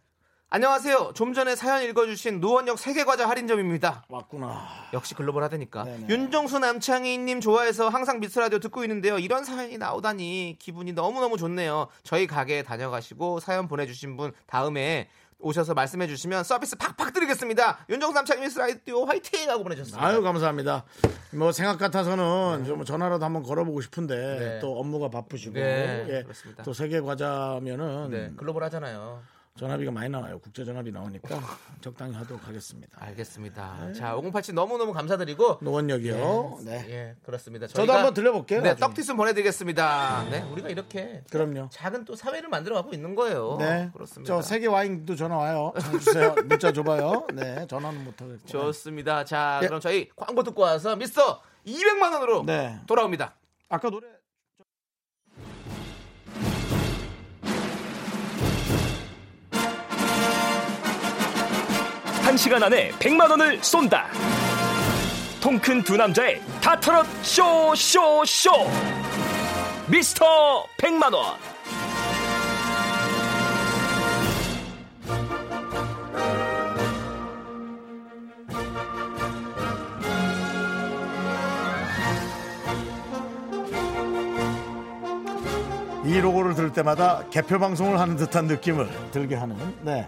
[SPEAKER 2] 안녕하세요 좀 전에 사연 읽어주신 노원역 세계과자 할인점입니다
[SPEAKER 1] 왔구나.
[SPEAKER 2] 역시 글로벌 하다니까.
[SPEAKER 1] 네네.
[SPEAKER 2] 윤정수 남창희님 좋아해서 항상 미스라디오 듣고 있는데요. 이런 사연이 나오다니 기분이 너무너무 좋네요. 저희 가게에 다녀가시고 사연 보내주신 분 다음에 오셔서 말씀해주시면 서비스 팍팍 드리겠습니다. 윤정수 남창희 미스라디오 화이팅! 하고 보내주셨습니다.
[SPEAKER 1] 아유 감사합니다. 뭐 생각 같아서는 좀 전화라도 한번 걸어보고 싶은데
[SPEAKER 2] 네.
[SPEAKER 1] 또 업무가 바쁘시고
[SPEAKER 2] 네,
[SPEAKER 1] 예.
[SPEAKER 2] 그렇습니다.
[SPEAKER 1] 또 세계 과자면은
[SPEAKER 2] 음. 네, 글로벌 네, 하잖아요.
[SPEAKER 1] 전화비가 많이 나와요. 국제 전화비 나오니까 적당히 하도록 하겠습니다.
[SPEAKER 2] 알겠습니다. 자, 5087 너무너무 감사드리고
[SPEAKER 1] 노원역이요. 네.
[SPEAKER 2] 예, 그렇습니다.
[SPEAKER 1] 저도
[SPEAKER 2] 저희가-
[SPEAKER 1] 한번 들려볼게요,
[SPEAKER 2] 네,
[SPEAKER 1] 나중에.
[SPEAKER 2] 떡티순 보내드리겠습니다. 네, 우리가 이렇게
[SPEAKER 1] 그럼요.
[SPEAKER 2] 작은 또 사회를 만들어가고 있는 거예요.
[SPEAKER 1] 네.
[SPEAKER 2] 그렇습니다.
[SPEAKER 1] 저 세계 와인도 전화 와요. 전화 주세요. 문자 줘봐요. 네. 전화는 못 하겠고.
[SPEAKER 2] 좋습니다. 자,
[SPEAKER 1] 예.
[SPEAKER 2] 그럼 저희 광고 듣고 와서 미스터 200만 원으로
[SPEAKER 1] 네.
[SPEAKER 2] 돌아옵니다.
[SPEAKER 1] 아까 노래
[SPEAKER 5] 한시간 안에 100만 원을 쏜다. 통 큰 두 남자의 다터럿 쇼쇼쇼. 미스터 100만 원.
[SPEAKER 1] 이 로고를 들을 때마다 개표 방송을 하는 듯한 느낌을 들게 하는 네.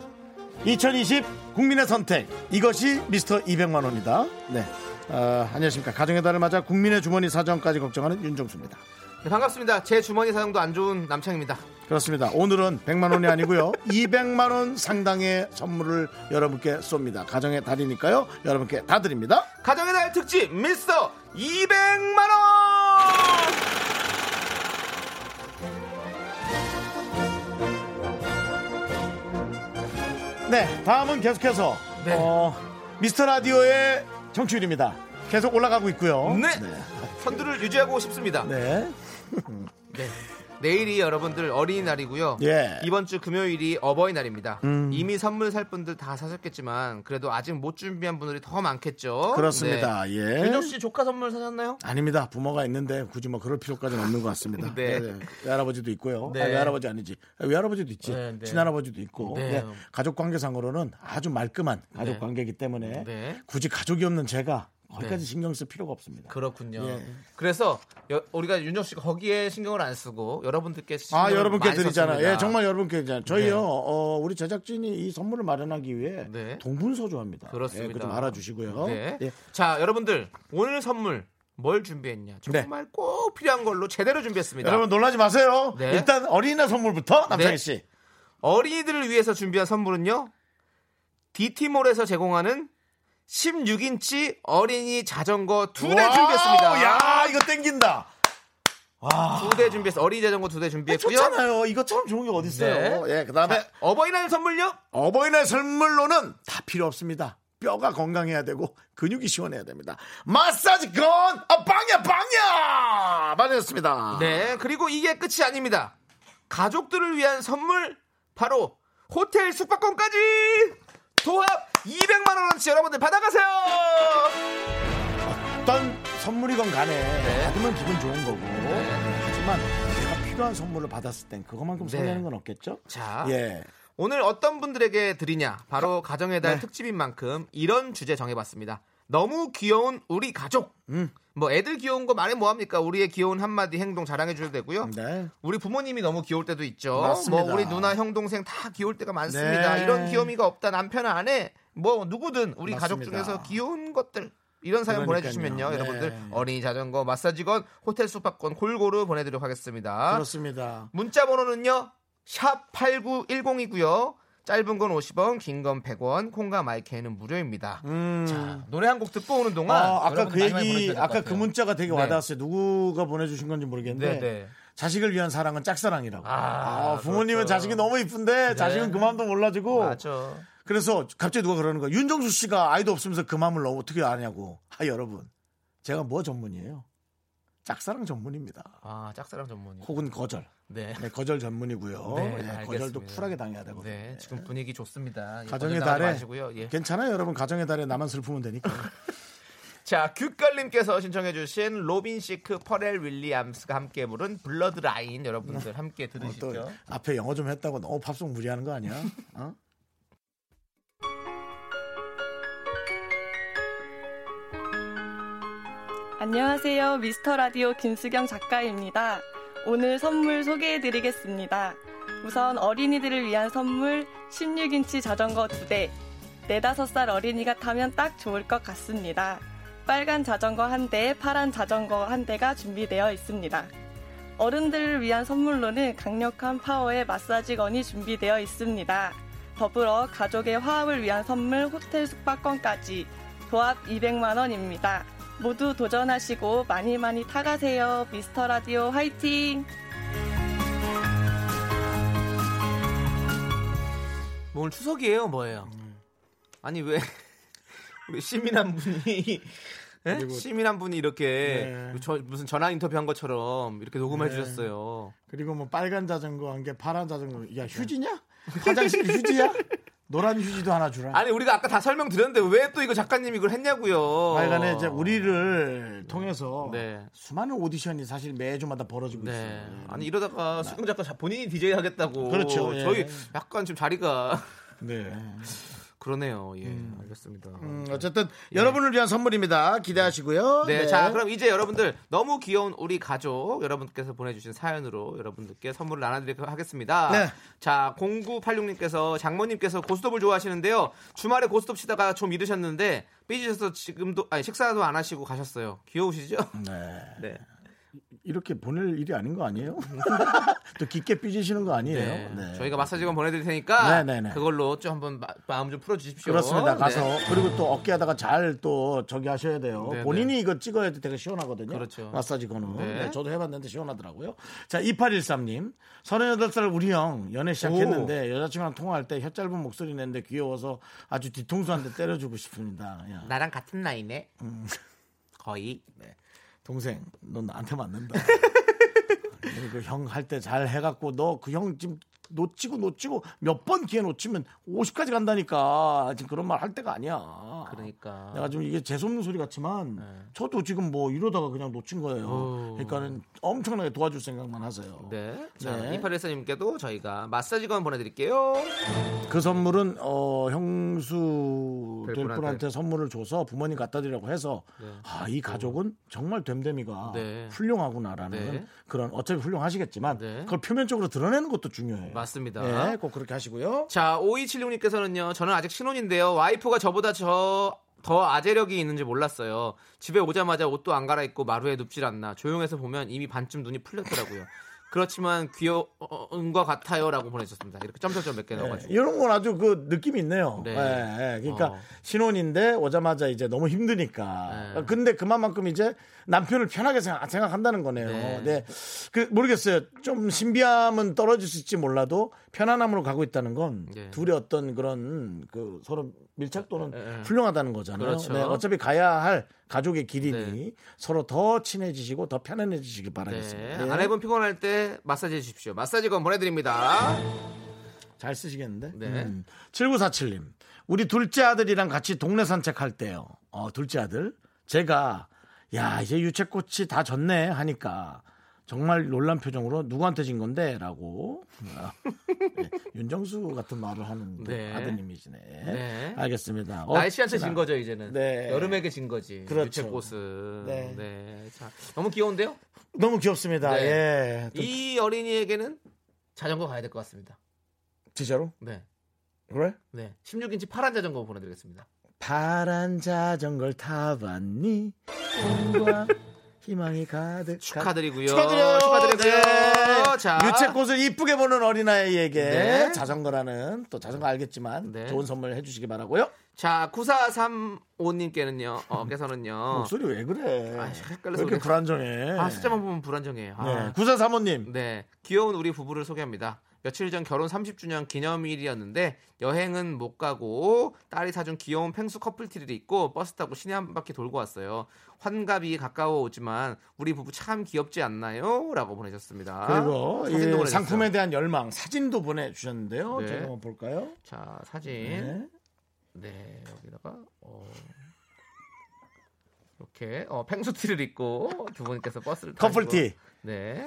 [SPEAKER 1] 2020 국민의 선택 이것이 미스터 200만 원이다. 네. 아, 안녕하십니까 가정의 달을 맞아 국민의 주머니 사정까지 걱정하는 윤정수입니다.
[SPEAKER 2] 네, 반갑습니다. 제 주머니 사정도 안 좋은 남창입니다.
[SPEAKER 1] 그렇습니다. 오늘은 100만 원이 아니고요. 200만 원 상당의 선물을 여러분께 쏩니다. 가정의 달이니까요. 여러분께 다 드립니다.
[SPEAKER 2] 가정의 달 특집 미스터 200만 원.
[SPEAKER 1] 네, 다음은 계속해서
[SPEAKER 2] 네.
[SPEAKER 1] 어, 미스터 라디오의 정치율입니다. 계속 올라가고 있고요.
[SPEAKER 2] 네. 선두를 유지하고 싶습니다. 네.
[SPEAKER 1] 네.
[SPEAKER 2] 내일이 여러분들 어린이날이고요.
[SPEAKER 1] 예. 음.
[SPEAKER 2] 이번 주 금요일이 어버이날입니다. 이미 선물 살 분들 다 사셨겠지만 그래도 아직 못 준비한 분들이 더 많겠죠.
[SPEAKER 1] 그렇습니다.
[SPEAKER 2] 네.
[SPEAKER 1] 예.
[SPEAKER 2] 윤정 씨 조카 선물 사셨나요?
[SPEAKER 1] 아닙니다. 부모가 있는데 굳이 뭐 그럴 필요까지는 없는 것 같습니다.
[SPEAKER 2] 네.
[SPEAKER 1] 외할아버지도 있고요.
[SPEAKER 2] 네.
[SPEAKER 1] 아, 외할아버지 아니지. 아, 외할아버지도 있지.
[SPEAKER 2] 네, 네.
[SPEAKER 1] 친할아버지도 있고.
[SPEAKER 2] 네.
[SPEAKER 1] 네. 가족 관계상으로는 아주 말끔한 가족 관계이기 때문에
[SPEAKER 2] 네.
[SPEAKER 1] 굳이 가족이 없는 제가 거기까지
[SPEAKER 2] 네.
[SPEAKER 1] 신경 쓸 필요가 없습니다.
[SPEAKER 2] 그렇군요.
[SPEAKER 1] 예.
[SPEAKER 2] 그래서 여- 우리가 윤정 씨가 거기에 신경을 안 쓰고 여러분들께
[SPEAKER 1] 아,
[SPEAKER 2] 신경을
[SPEAKER 1] 여러분께
[SPEAKER 2] 많이
[SPEAKER 1] 드리잖아요.
[SPEAKER 2] 썼습니다.
[SPEAKER 1] 예, 정말 여러분께 드리잖아요. 저희요,
[SPEAKER 2] 네.
[SPEAKER 1] 어, 우리 제작진이 이 선물을 마련하기 위해
[SPEAKER 2] 네.
[SPEAKER 1] 동분서주합니다.
[SPEAKER 2] 그렇습니다.
[SPEAKER 1] 예, 그거 좀 알아주시고요.
[SPEAKER 2] 네.
[SPEAKER 1] 예.
[SPEAKER 2] 자, 여러분들 오늘 선물 뭘 준비했냐? 정말 꼭 필요한 걸로 제대로 준비했습니다.
[SPEAKER 1] 네. 여러분 놀라지 마세요.
[SPEAKER 2] 네.
[SPEAKER 1] 일단 어린이날 선물부터 남창희
[SPEAKER 2] 네.
[SPEAKER 1] 씨.
[SPEAKER 2] 어린이들을 위해서 준비한 선물은요. DT몰에서 제공하는 16인치 어린이 자전거 두 대
[SPEAKER 1] 와우,
[SPEAKER 2] 준비했습니다.
[SPEAKER 1] 야, 이거 땡긴다.
[SPEAKER 2] 두 대 준비했어. 어린이 자전거 두 대 준비했고요.
[SPEAKER 1] 좋잖아요. 이거처럼 좋은 게 어딨어요.
[SPEAKER 2] 네.
[SPEAKER 1] 예, 그다음에
[SPEAKER 2] 자, 어버이날 선물요?
[SPEAKER 1] 어버이날 선물로는 다 필요 없습니다. 뼈가 건강해야 되고 근육이 시원해야 됩니다. 마사지 건 아, 빵야 빵야 맞았습니다.
[SPEAKER 2] 네. 그리고 이게 끝이 아닙니다. 가족들을 위한 선물 바로 호텔 숙박권까지 도합 200만 원어치 여러분들 받아가세요.
[SPEAKER 1] 어떤 선물이건 간에
[SPEAKER 2] 네.
[SPEAKER 1] 받으면 기분 좋은 거고 하지만 내가 필요한 선물을 받았을 땐 그것만큼
[SPEAKER 2] 네.
[SPEAKER 1] 설레는 건 없겠죠?
[SPEAKER 2] 자,
[SPEAKER 1] 예.
[SPEAKER 2] 오늘 어떤 분들에게 드리냐? 바로 가정의 달
[SPEAKER 1] 네.
[SPEAKER 2] 특집인 만큼 이런 주제 정해봤습니다. 너무 귀여운 우리 가족. 뭐 애들 귀여운 거 말해 뭐합니까? 우리의 귀여운 한마디 행동 자랑해 줘도 되고요.
[SPEAKER 1] 네.
[SPEAKER 2] 우리 부모님이 너무 귀여울 때도 있죠.
[SPEAKER 1] 맞습니다.
[SPEAKER 2] 뭐 우리 누나 형 동생 다 귀여울 때가 많습니다.
[SPEAKER 1] 네.
[SPEAKER 2] 이런 귀요미가 없다 남편 아내 뭐 누구든 우리 가족
[SPEAKER 1] 맞습니다.
[SPEAKER 2] 중에서 귀여운 것들 이런 사연
[SPEAKER 1] 그러니까요.
[SPEAKER 2] 보내주시면요
[SPEAKER 1] 네.
[SPEAKER 2] 여러분들 어린이 자전거 마사지건 호텔 숙박권 골고루 보내드리도록 하겠습니다.
[SPEAKER 1] 그렇습니다.
[SPEAKER 2] 문자 번호는요. 샵 8910이고요. 짧은 건 50원, 긴 건 100원, 콩과 마이크는 무료입니다. 자, 노래 한 곡 듣고 오는 동안
[SPEAKER 1] 음. 아, 아까
[SPEAKER 2] 여러분
[SPEAKER 1] 그
[SPEAKER 2] 많이 많이
[SPEAKER 1] 얘기
[SPEAKER 2] 보내주셔야 될것
[SPEAKER 1] 아까 그
[SPEAKER 2] 같아요.
[SPEAKER 1] 문자가 되게
[SPEAKER 2] 네.
[SPEAKER 1] 와닿았어요. 누구가 보내주신 건지 모르겠는데
[SPEAKER 2] 네, 네.
[SPEAKER 1] 자식을 위한 사랑은 짝사랑이라고.
[SPEAKER 2] 아,
[SPEAKER 1] 아, 부모님은
[SPEAKER 2] 그렇죠.
[SPEAKER 1] 자식이 너무 이쁜데 자식은 그 마음도 몰라주고.
[SPEAKER 2] 맞아.
[SPEAKER 1] 그래서 갑자기 누가 그러는 거야. 윤정수 씨가 아이도 없으면서 그 마음을 너무 어떻게 아냐고. 아 여러분, 제가 뭐 전문이에요? 짝사랑 전문입니다.
[SPEAKER 2] 아, 짝사랑 전문이.
[SPEAKER 1] 혹은 거절.
[SPEAKER 2] 네.
[SPEAKER 1] 네, 거절 전문이고요.
[SPEAKER 2] 네,
[SPEAKER 1] 예,
[SPEAKER 2] 알겠습니다.
[SPEAKER 1] 거절도 쿨하게 당해야 되거든요.
[SPEAKER 2] 네, 지금 분위기 좋습니다. 예,
[SPEAKER 1] 가정의
[SPEAKER 2] 거절 당하지
[SPEAKER 1] 달에
[SPEAKER 2] 마시고요. 예.
[SPEAKER 1] 괜찮아요, 여러분. 가정의 달에 나만 슬프면 되니까.
[SPEAKER 2] 자, 귓갈님께서 신청해주신 로빈 시크, 퍼렐 윌리엄스가 함께 부른 블러드 라인 여러분들 함께
[SPEAKER 1] 또
[SPEAKER 2] 들으시죠.
[SPEAKER 1] 앞에 영어 좀 했다고 너무 팝송 무리하는 거 아니야? 어?
[SPEAKER 6] 안녕하세요. 미스터 라디오 김수경 작가입니다. 오늘 선물 소개해 드리겠습니다. 우선 어린이들을 위한 선물 16인치 자전거 2대. 4, 5살 어린이가 타면 딱 좋을 것 같습니다. 빨간 자전거 한 대, 파란 자전거 한 대가 준비되어 있습니다. 어른들을 위한 선물로는 강력한 파워의 마사지건이 준비되어 있습니다. 더불어 가족의 화합을 위한 선물 호텔 숙박권까지 도합 200만 원입니다. 모두 도전하시고 많이 많이 타가세요. 미스터 라디오 화이팅!
[SPEAKER 2] 뭐 오늘 추석이에요, 뭐예요?
[SPEAKER 1] 음.
[SPEAKER 2] 아니 왜 우리 시민한 분이 예? 시민한 분이 이렇게
[SPEAKER 1] 네.
[SPEAKER 2] 저- 무슨 전화 인터뷰 한 것처럼 이렇게 녹음해
[SPEAKER 1] 네.
[SPEAKER 2] 주셨어요.
[SPEAKER 1] 그리고 뭐 빨간 자전거 한 개, 파란 자전거.
[SPEAKER 2] 아,
[SPEAKER 1] 야, 휴지냐? 화장실 휴지야? 노란 휴지도 하나 주라.
[SPEAKER 2] 아니 어. 우리가 아까 다 설명 드렸는데 왜 또 이거 작가님이 이걸 했냐고요.
[SPEAKER 1] 하여간에 이제 우리를 통해서
[SPEAKER 2] 네.
[SPEAKER 1] 수많은 오디션이 사실 매주마다 벌어지고
[SPEAKER 2] 네.
[SPEAKER 1] 있어요. 예.
[SPEAKER 2] 아니 이러다가 수경 작가 자- 본인이 DJ 하겠다고.
[SPEAKER 1] 그렇죠, 예.
[SPEAKER 2] 저희 약간 지금 자리가
[SPEAKER 1] 네.
[SPEAKER 2] 그러네요. 예. 알겠습니다.
[SPEAKER 1] 음, 어쨌든 여러분을 위한 선물입니다. 기대하시고요.
[SPEAKER 2] 네, 자 그럼 이제 여러분들 너무 귀여운 우리 가족 여러분께서 보내주신 사연으로 여러분들께 선물을 나눠드리도록 하겠습니다.
[SPEAKER 1] 네.
[SPEAKER 2] 자 0986님께서 장모님께서 고스톱을 좋아하시는데요. 주말에 고스톱 치다가 좀 이르셨는데 삐지셔서 지금도 아니 식사도 안 하시고 가셨어요. 귀여우시죠?
[SPEAKER 1] 네.
[SPEAKER 2] 네.
[SPEAKER 1] 이렇게 보낼 일이 아닌 거 아니에요? 또 깊게 삐지시는 거 아니에요?
[SPEAKER 2] 네.
[SPEAKER 1] 네.
[SPEAKER 2] 저희가 마사지건 보내드릴 테니까
[SPEAKER 1] 네, 네, 네.
[SPEAKER 2] 그걸로 좀 한번 마- 마음 좀 풀어주십시오.
[SPEAKER 1] 그렇습니다. 가서
[SPEAKER 2] 네.
[SPEAKER 1] 그리고 또 어깨 하다가 잘 또 저기 하셔야 돼요.
[SPEAKER 2] 네,
[SPEAKER 1] 본인이 이거 찍어야 되게 시원하거든요.
[SPEAKER 2] 그렇죠.
[SPEAKER 1] 마사지 거는.
[SPEAKER 2] 네.
[SPEAKER 1] 네, 저도 해봤는데 시원하더라고요. 자, 2813님. 38살 우리 형 연애 시작했는데 여자친구랑 통화할 때 혀 짧은 목소리 내는데 귀여워서 아주 뒤통수 한 대 때려주고 싶습니다. 야,
[SPEAKER 2] 나랑 같은 나이네. 거의.
[SPEAKER 1] 동생, 넌 나한테 맞는다. 그 형 할 때 잘 해갖고 너 그 형 지금 놓치고 놓치고 몇 번 기회 놓치면 50까지 간다니까 지금 그런 말 할 때가 아니야.
[SPEAKER 2] 그러니까.
[SPEAKER 1] 내가 지금 이게 재수없는 소리 같지만 저도 지금 뭐 이러다가 그냥 놓친 거예요.
[SPEAKER 2] 네. 오.
[SPEAKER 1] 그러니까는 엄청나게 도와줄 생각만 하세요.
[SPEAKER 2] 네. 자,
[SPEAKER 1] 네.
[SPEAKER 2] 이파리사님께도 저희가 마사지건 보내드릴게요.
[SPEAKER 1] 그 선물은 어, 형수
[SPEAKER 2] 될
[SPEAKER 1] 될
[SPEAKER 2] 분한테.
[SPEAKER 1] 분한테 선물을 줘서 부모님 갖다 드리라고 해서 아 이 가족은 정말 됨됨이가
[SPEAKER 2] 네.
[SPEAKER 1] 훌륭하구나라는
[SPEAKER 2] 네.
[SPEAKER 1] 그런 어차피 훌륭하시겠지만
[SPEAKER 2] 네.
[SPEAKER 1] 그걸 표면적으로 드러내는 것도 중요해요.
[SPEAKER 2] 맞습니다.
[SPEAKER 1] 네, 꼭 그렇게 하시고요.
[SPEAKER 2] 자, 5276님께서는요, 저는 아직 신혼인데요. 와이프가 저보다 저, 더 아재력이 있는지 몰랐어요. 집에 오자마자 옷도 안 갈아입고 마루에 눕질 않나. 조용해서 보면 이미 반쯤 눈이 풀렸더라고요. 그렇지만 귀여운 것 같아요. 라고 보내주셨습니다. 이렇게 점점점 몇 개
[SPEAKER 1] 네,
[SPEAKER 2] 넣어가지고.
[SPEAKER 1] 이런 건 아주 그 느낌이 있네요.
[SPEAKER 2] 네.
[SPEAKER 1] 예, 예. 그러니까
[SPEAKER 2] 어.
[SPEAKER 1] 신혼인데 오자마자 이제 너무 힘드니까.
[SPEAKER 2] 네.
[SPEAKER 1] 근데 그만큼 이제 남편을 편하게 생각, 생각한다는 거네요.
[SPEAKER 2] 네.
[SPEAKER 1] 네. 그 모르겠어요. 좀 신비함은 떨어질 수 있지 몰라도 편안함으로 가고 있다는 건
[SPEAKER 2] 네.
[SPEAKER 1] 둘의 어떤 그런 그 서로 밀착도는
[SPEAKER 2] 네.
[SPEAKER 1] 훌륭하다는 거잖아요.
[SPEAKER 2] 그렇죠.
[SPEAKER 1] 네, 어차피 가야 할 가족의 길이니
[SPEAKER 2] 네.
[SPEAKER 1] 서로 더 친해지시고 더 편안해지시길
[SPEAKER 2] 네.
[SPEAKER 1] 바라겠습니다. 네.
[SPEAKER 2] 아내분 피곤할 때 마사지 해주십시오. 마사지건 보내드립니다.
[SPEAKER 1] 잘 쓰시겠는데?
[SPEAKER 2] 네.
[SPEAKER 1] 음. 7947님. 우리 둘째 아들이랑 같이 동네 산책할 때요. 어, 둘째 아들. 제가, 야, 이제 유채꽃이 다 졌네. 하니까. 정말 놀란 표정으로 누구한테 진 건데? 라고. 네, 윤정수 같은 말을 하는 그
[SPEAKER 2] 네.
[SPEAKER 1] 아드님이시네.
[SPEAKER 2] 네.
[SPEAKER 1] 알겠습니다.
[SPEAKER 2] 날씨한테 진
[SPEAKER 1] 어찌나-
[SPEAKER 2] 거죠 이제는
[SPEAKER 1] 네.
[SPEAKER 2] 여름에게 진 거지
[SPEAKER 1] 그렇죠.
[SPEAKER 2] 유채꽃은 네.
[SPEAKER 1] 네.
[SPEAKER 2] 자, 너무 귀여운데요
[SPEAKER 1] 너무 귀엽습니다.
[SPEAKER 2] 네.
[SPEAKER 1] 예. 좀-
[SPEAKER 2] 이 어린이에게는 자전거 가야 될 것 같습니다
[SPEAKER 1] 진짜로?
[SPEAKER 2] 네.
[SPEAKER 1] 그래?
[SPEAKER 2] 네 16인치 파란 자전거 보내드리겠습니다
[SPEAKER 1] 파란 자전거를 타봤니? 꿈과 희망이 가득
[SPEAKER 2] 축하드리고요
[SPEAKER 1] 축하드려요.
[SPEAKER 2] 축하드리고요
[SPEAKER 1] 네.
[SPEAKER 2] 자
[SPEAKER 1] 유채꽃을 이쁘게 보는 어린아이에게
[SPEAKER 2] 네.
[SPEAKER 1] 자전거라는 또 자전거 알겠지만
[SPEAKER 2] 네.
[SPEAKER 1] 좋은 선물 해주시기 바라고요.
[SPEAKER 2] 자 9435님께는요 어께서는요
[SPEAKER 1] 목소리 왜 그래?
[SPEAKER 2] 아, 헷갈려서
[SPEAKER 1] 왜 이렇게
[SPEAKER 2] 그래.
[SPEAKER 1] 불안정해?
[SPEAKER 2] 아 숫자만 보면 불안정해요 아,
[SPEAKER 1] 네. 구사 사모님.
[SPEAKER 2] 네, 귀여운 우리 부부를 소개합니다. 며칠 전 결혼 30주년 기념일이었는데 여행은 못 가고 딸이 사준 귀여운 펭수 커플티를 입고 버스 타고 시내 한 바퀴 돌고 왔어요. 환갑이 가까워 오지만 우리 부부 참 귀엽지 않나요? 라고 보내셨습니다.
[SPEAKER 1] 그리고 이
[SPEAKER 2] 아, 사진도 보내주세요.
[SPEAKER 1] 상품에 대한 열망 사진도 보내주셨는데요.
[SPEAKER 2] 네. 예.
[SPEAKER 1] 제가 한번 볼까요?
[SPEAKER 2] 자 사진
[SPEAKER 1] 네.
[SPEAKER 2] 네, 여기다가 어, 이렇게 어, 펭수티를 입고 두 분께서 버스를 타고
[SPEAKER 1] 커플티
[SPEAKER 2] 네,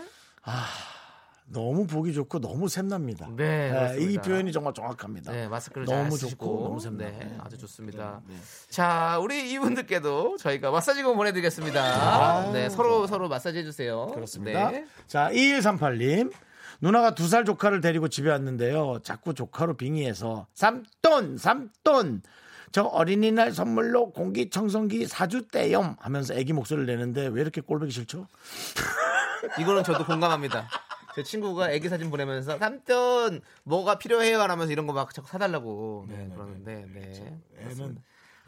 [SPEAKER 1] 너무 보기 좋고 너무 샘납니다.
[SPEAKER 2] 네,
[SPEAKER 1] 아, 이
[SPEAKER 2] 그렇습니다.
[SPEAKER 1] 표현이 정말 정확합니다.
[SPEAKER 2] 네, 마스크를
[SPEAKER 1] 너무
[SPEAKER 2] 잘
[SPEAKER 1] 좋고
[SPEAKER 2] 쓰시고
[SPEAKER 1] 너무 샘나요.
[SPEAKER 2] 네,
[SPEAKER 1] 네.
[SPEAKER 2] 아주 좋습니다.
[SPEAKER 1] 네.
[SPEAKER 2] 자, 우리 이분들께도 저희가 마사지공 보내드리겠습니다. 네, 서로 서로 마사지 해주세요.
[SPEAKER 1] 그렇습니다.
[SPEAKER 2] 네.
[SPEAKER 1] 자, 2138님. 누나가 두 살 조카를 데리고 집에 왔는데요. 자꾸 조카로 빙의해서 삼돈 삼돈 저 어린이날 선물로 공기청정기 사주 떼염 하면서 애기 목소리를 내는데 왜 이렇게 꼴보기 싫죠?
[SPEAKER 2] 이거는 저도 공감합니다. 제 친구가 애기 사진 보내면서 삼촌 뭐가 필요해요 하면서 이런 거 막 자꾸 사달라고 네,
[SPEAKER 1] 네네네. 그렇죠.
[SPEAKER 2] 그러는데 네.
[SPEAKER 1] 애는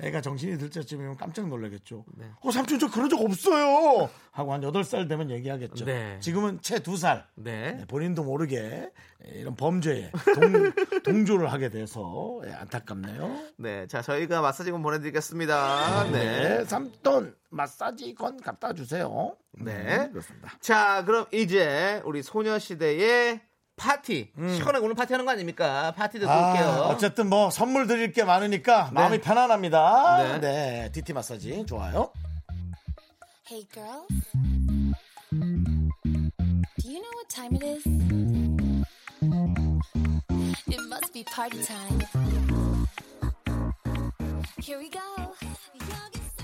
[SPEAKER 1] 애가 정신이 들 때쯤이면 깜짝 놀라겠죠.
[SPEAKER 2] 네.
[SPEAKER 1] 어 삼촌 저 그런 적 없어요. 하고 한 여덟 살 되면 얘기하겠죠.
[SPEAKER 2] 네.
[SPEAKER 1] 지금은 채 두 살.
[SPEAKER 2] 네.
[SPEAKER 1] 네, 본인도 모르게 이런 범죄에 동, 동조를 하게 돼서 예, 안타깝네요.
[SPEAKER 2] 네, 자 저희가 마사지건 보내드리겠습니다. 네.
[SPEAKER 1] 네, 삼돈 마사지건 갖다 주세요.
[SPEAKER 2] 네.
[SPEAKER 1] 음, 그렇습니다.
[SPEAKER 2] 자, 그럼 이제 우리 소녀시대의 파티. 시원하게 오늘 파티하는 거 아닙니까? 파티 듣고 올게요.
[SPEAKER 1] 음. 아, 어쨌든 뭐 선물 드릴 게 많으니까 마음이 편안합니다.
[SPEAKER 2] 네.
[SPEAKER 1] 네, DT 마사지 좋아요.
[SPEAKER 7] Hey girls. Do you know what time it is? It must be party time. Here we go. 여기서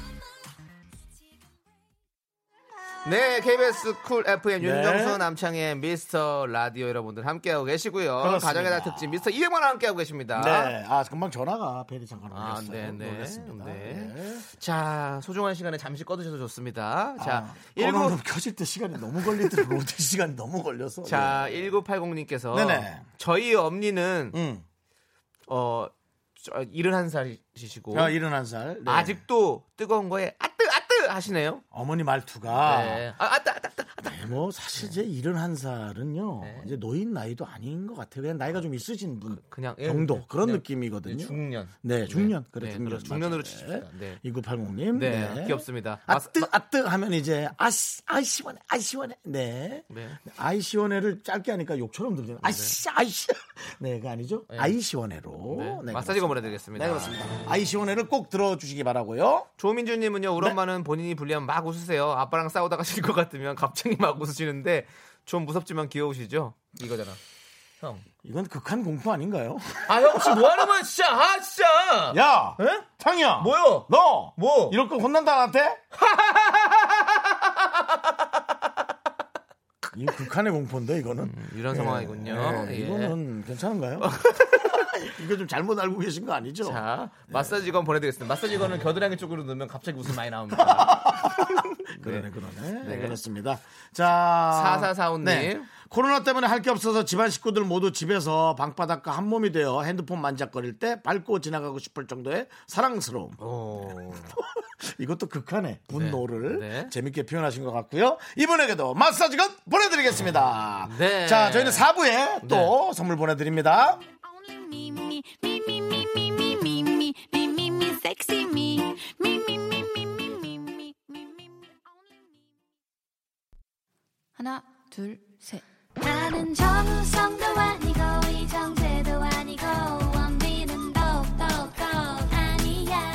[SPEAKER 2] 네, KBS 쿨 FM
[SPEAKER 1] 네.
[SPEAKER 2] 윤정수 남창의 미스터 라디오 여러분들 함께하고 계시고요.
[SPEAKER 1] 그렇습니다.
[SPEAKER 2] 가정의 달 특집 미스터 이영만 함께하고 계십니다.
[SPEAKER 1] 네, 아 금방 전화가 베리 잠깐
[SPEAKER 2] 아,
[SPEAKER 1] 오셨어요.
[SPEAKER 2] 네, 네.
[SPEAKER 1] 놀랐습니다.
[SPEAKER 2] 네.
[SPEAKER 1] 네.
[SPEAKER 2] 자, 소중한 시간에 잠시 꺼두셔도 좋습니다. 자,
[SPEAKER 1] 자,
[SPEAKER 2] 일
[SPEAKER 1] 일곱
[SPEAKER 2] 19
[SPEAKER 1] 아, 켜질 때 시간이 너무 걸리더라고. 로드 시간이 너무 걸려서.
[SPEAKER 2] 자, 1980님께서
[SPEAKER 1] 네네.
[SPEAKER 2] 저희 엄니는
[SPEAKER 1] 네. 음.
[SPEAKER 2] 어 71살이시고
[SPEAKER 1] 아, 71살. 네.
[SPEAKER 2] 아직도 뜨거운 거에 아뜨 아뜨 하시네요.
[SPEAKER 1] 어머니 말투가
[SPEAKER 2] 네. 아, 아따 아따 아따. 아따.
[SPEAKER 1] 네, 뭐 사실 제 71살은요. 이제 노인 나이도 아닌 것 같아요. 그냥 나이가 좀 있으신 분
[SPEAKER 2] 네. 그냥 예,
[SPEAKER 1] 정도
[SPEAKER 2] 그냥
[SPEAKER 1] 그런
[SPEAKER 2] 그냥
[SPEAKER 1] 느낌이거든요.
[SPEAKER 2] 중년.
[SPEAKER 1] 네, 중년. 그래
[SPEAKER 2] 네,
[SPEAKER 1] 중년.
[SPEAKER 2] 그렇죠. 중년으로
[SPEAKER 1] 맞아요.
[SPEAKER 2] 치십시다. 네.
[SPEAKER 1] 2980님.
[SPEAKER 2] 네, 귀엽습니다.
[SPEAKER 1] 아뜨 아뜨 하면 이제 아씨 아시원해 아시원해 네,
[SPEAKER 2] 네.
[SPEAKER 1] 아이시원해를 짧게 하니까 욕처럼 들리는 아씨 아이시 네 그거 아니죠 아이시원해로
[SPEAKER 2] 네.
[SPEAKER 1] 네, 그렇습니다.
[SPEAKER 2] 마사지가 보내드리겠습니다.
[SPEAKER 1] 네 그렇습니다 아이시원해를 꼭 들어주시기 바라고요
[SPEAKER 2] 조민주님은요, 우리 엄마는 본인이 불리하면 막 웃으세요. 아빠랑 싸우다가 질 것 같으면 갑자기 막 웃으시는데 좀 무섭지만 귀여우시죠? 이거잖아. 형.
[SPEAKER 1] 이건 극한 공포 아닌가요
[SPEAKER 2] 아, 형 지금 뭐 하는 거야, 진짜? 아, 진짜!
[SPEAKER 1] 야
[SPEAKER 2] 에?
[SPEAKER 1] 창이야
[SPEAKER 2] 뭐요?
[SPEAKER 1] 너
[SPEAKER 2] 뭐?
[SPEAKER 1] 이럴 거 혼난다 나한테 이거 극한의 공포인데 이거는
[SPEAKER 2] 음. 이런 상황이군요.
[SPEAKER 1] 네,
[SPEAKER 2] 예.
[SPEAKER 1] 이거는 괜찮은가요? 이거 좀 잘못 알고 계신 거 아니죠?
[SPEAKER 2] 자, 마사지건 보내드리겠습니다. 마사지건은 겨드랑이 쪽으로 넣으면 갑자기 웃음 많이 나옵니다.
[SPEAKER 1] 그러네, 그러네.
[SPEAKER 2] 네.
[SPEAKER 1] 그렇습니다. 자. 네.
[SPEAKER 2] 4445님.
[SPEAKER 1] 코로나 때문에 할 게 없어서 집안 식구들 모두 집에서 방바닥과 한 몸이 되어 핸드폰 만작거릴 때 밟고 지나가고 싶을 정도의 사랑스러움.
[SPEAKER 2] 오.
[SPEAKER 1] 이것도 극한의 분노를
[SPEAKER 2] 네. 네.
[SPEAKER 1] 재밌게 표현하신 것 같고요. 이분에게도 마사지건 보내드리겠습니다.
[SPEAKER 2] 네.
[SPEAKER 1] 자, 저희는 4부에 또 선물 보내드립니다.
[SPEAKER 3] Only me, me, me, me, me, me, me, me, me, me, me, me, sexy me, me, me, me, me, me, me, me, me, me, me, only me.
[SPEAKER 8] 하나, 둘, 셋.
[SPEAKER 7] 나는 정우성도 아니고 이정재도 아니고 원빈은 더욱더 아니야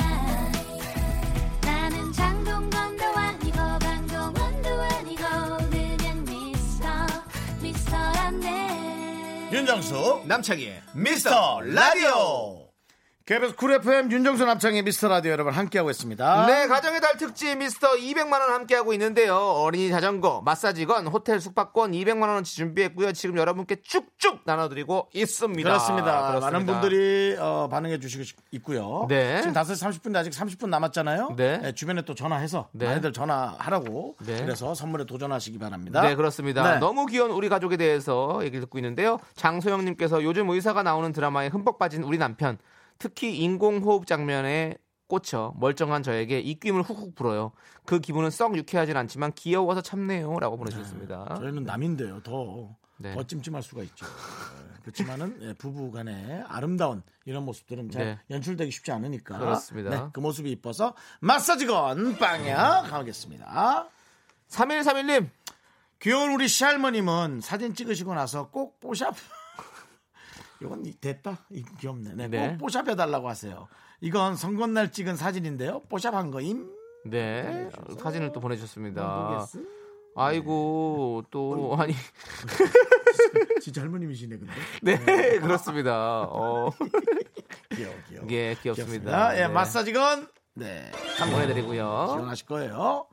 [SPEAKER 7] 나는 장동건도 아니고 강동원도 아니고 그냥 미스터 미스터란데
[SPEAKER 1] 윤정수,
[SPEAKER 2] 남창희의
[SPEAKER 1] 미스터 라디오. KBS 쿨 FM 윤정수 남창의 미스터 라디오 여러분 함께하고 있습니다.
[SPEAKER 2] 네, 가정의 달 특집 미스터 200만원 함께하고 있는데요. 어린이 자전거, 마사지건, 호텔 숙박권 200만원어치 준비했고요. 지금 여러분께 쭉쭉 나눠드리고 있습니다.
[SPEAKER 1] 그렇습니다.
[SPEAKER 2] 그렇습니다.
[SPEAKER 1] 많은 분들이 어, 반응해 주시고 싶- 있고요.
[SPEAKER 2] 네.
[SPEAKER 1] 지금 5시 30분인데 아직 30분 남았잖아요.
[SPEAKER 2] 네.
[SPEAKER 1] 주변에 또 전화해서
[SPEAKER 2] 네.
[SPEAKER 1] 많이들 전화하라고
[SPEAKER 2] 네.
[SPEAKER 1] 그래서 선물에 도전하시기 바랍니다.
[SPEAKER 2] 네, 그렇습니다.
[SPEAKER 1] 네.
[SPEAKER 2] 너무 귀여운 우리 가족에 대해서 얘기를 듣고 있는데요. 장소영님께서 요즘 의사가 나오는 드라마에 흠뻑 빠진 우리 남편, 특히 인공호흡 장면에 꽂혀 멀쩡한 저에게 입김을 훅훅 불어요. 그 기분은 썩 유쾌하진 않지만 귀여워서 참네요. 라고 보내주셨습니다.
[SPEAKER 1] 저희는 남인데요. 더,
[SPEAKER 2] 어? 네.
[SPEAKER 1] 더 찜찜할 수가 있죠. 예, 그렇지만은 예, 부부 간의 아름다운 이런 모습들은 잘
[SPEAKER 2] 네.
[SPEAKER 1] 연출되기 쉽지 않으니까
[SPEAKER 2] 그렇습니다.
[SPEAKER 1] 네, 그 모습이 이뻐서 마사지건 빵야 가겠습니다.
[SPEAKER 2] 3131님,
[SPEAKER 1] 귀여운 우리 시할머님은 사진 찍으시고 나서 꼭 뽀샵 이건 됐다 이- 귀엽네 네,
[SPEAKER 2] 네.
[SPEAKER 1] 꼭 뽀샵 해달라고 하세요 이건 선거날 찍은 사진인데요 뽀샵한 거임 아.
[SPEAKER 2] 네 사진을 또 보내주셨습니다. 아이고
[SPEAKER 1] 네.
[SPEAKER 2] 또 아니
[SPEAKER 1] 진짜 할머님이시네 근데
[SPEAKER 2] 네 그렇습니다. 어,
[SPEAKER 1] 귀여워 귀여워
[SPEAKER 2] 예
[SPEAKER 1] 귀엽습니다.
[SPEAKER 2] 귀엽습니다.
[SPEAKER 1] 예
[SPEAKER 2] 네.
[SPEAKER 1] 마사지건 네
[SPEAKER 2] 한 보내드리고요.
[SPEAKER 1] 기억하실 거예요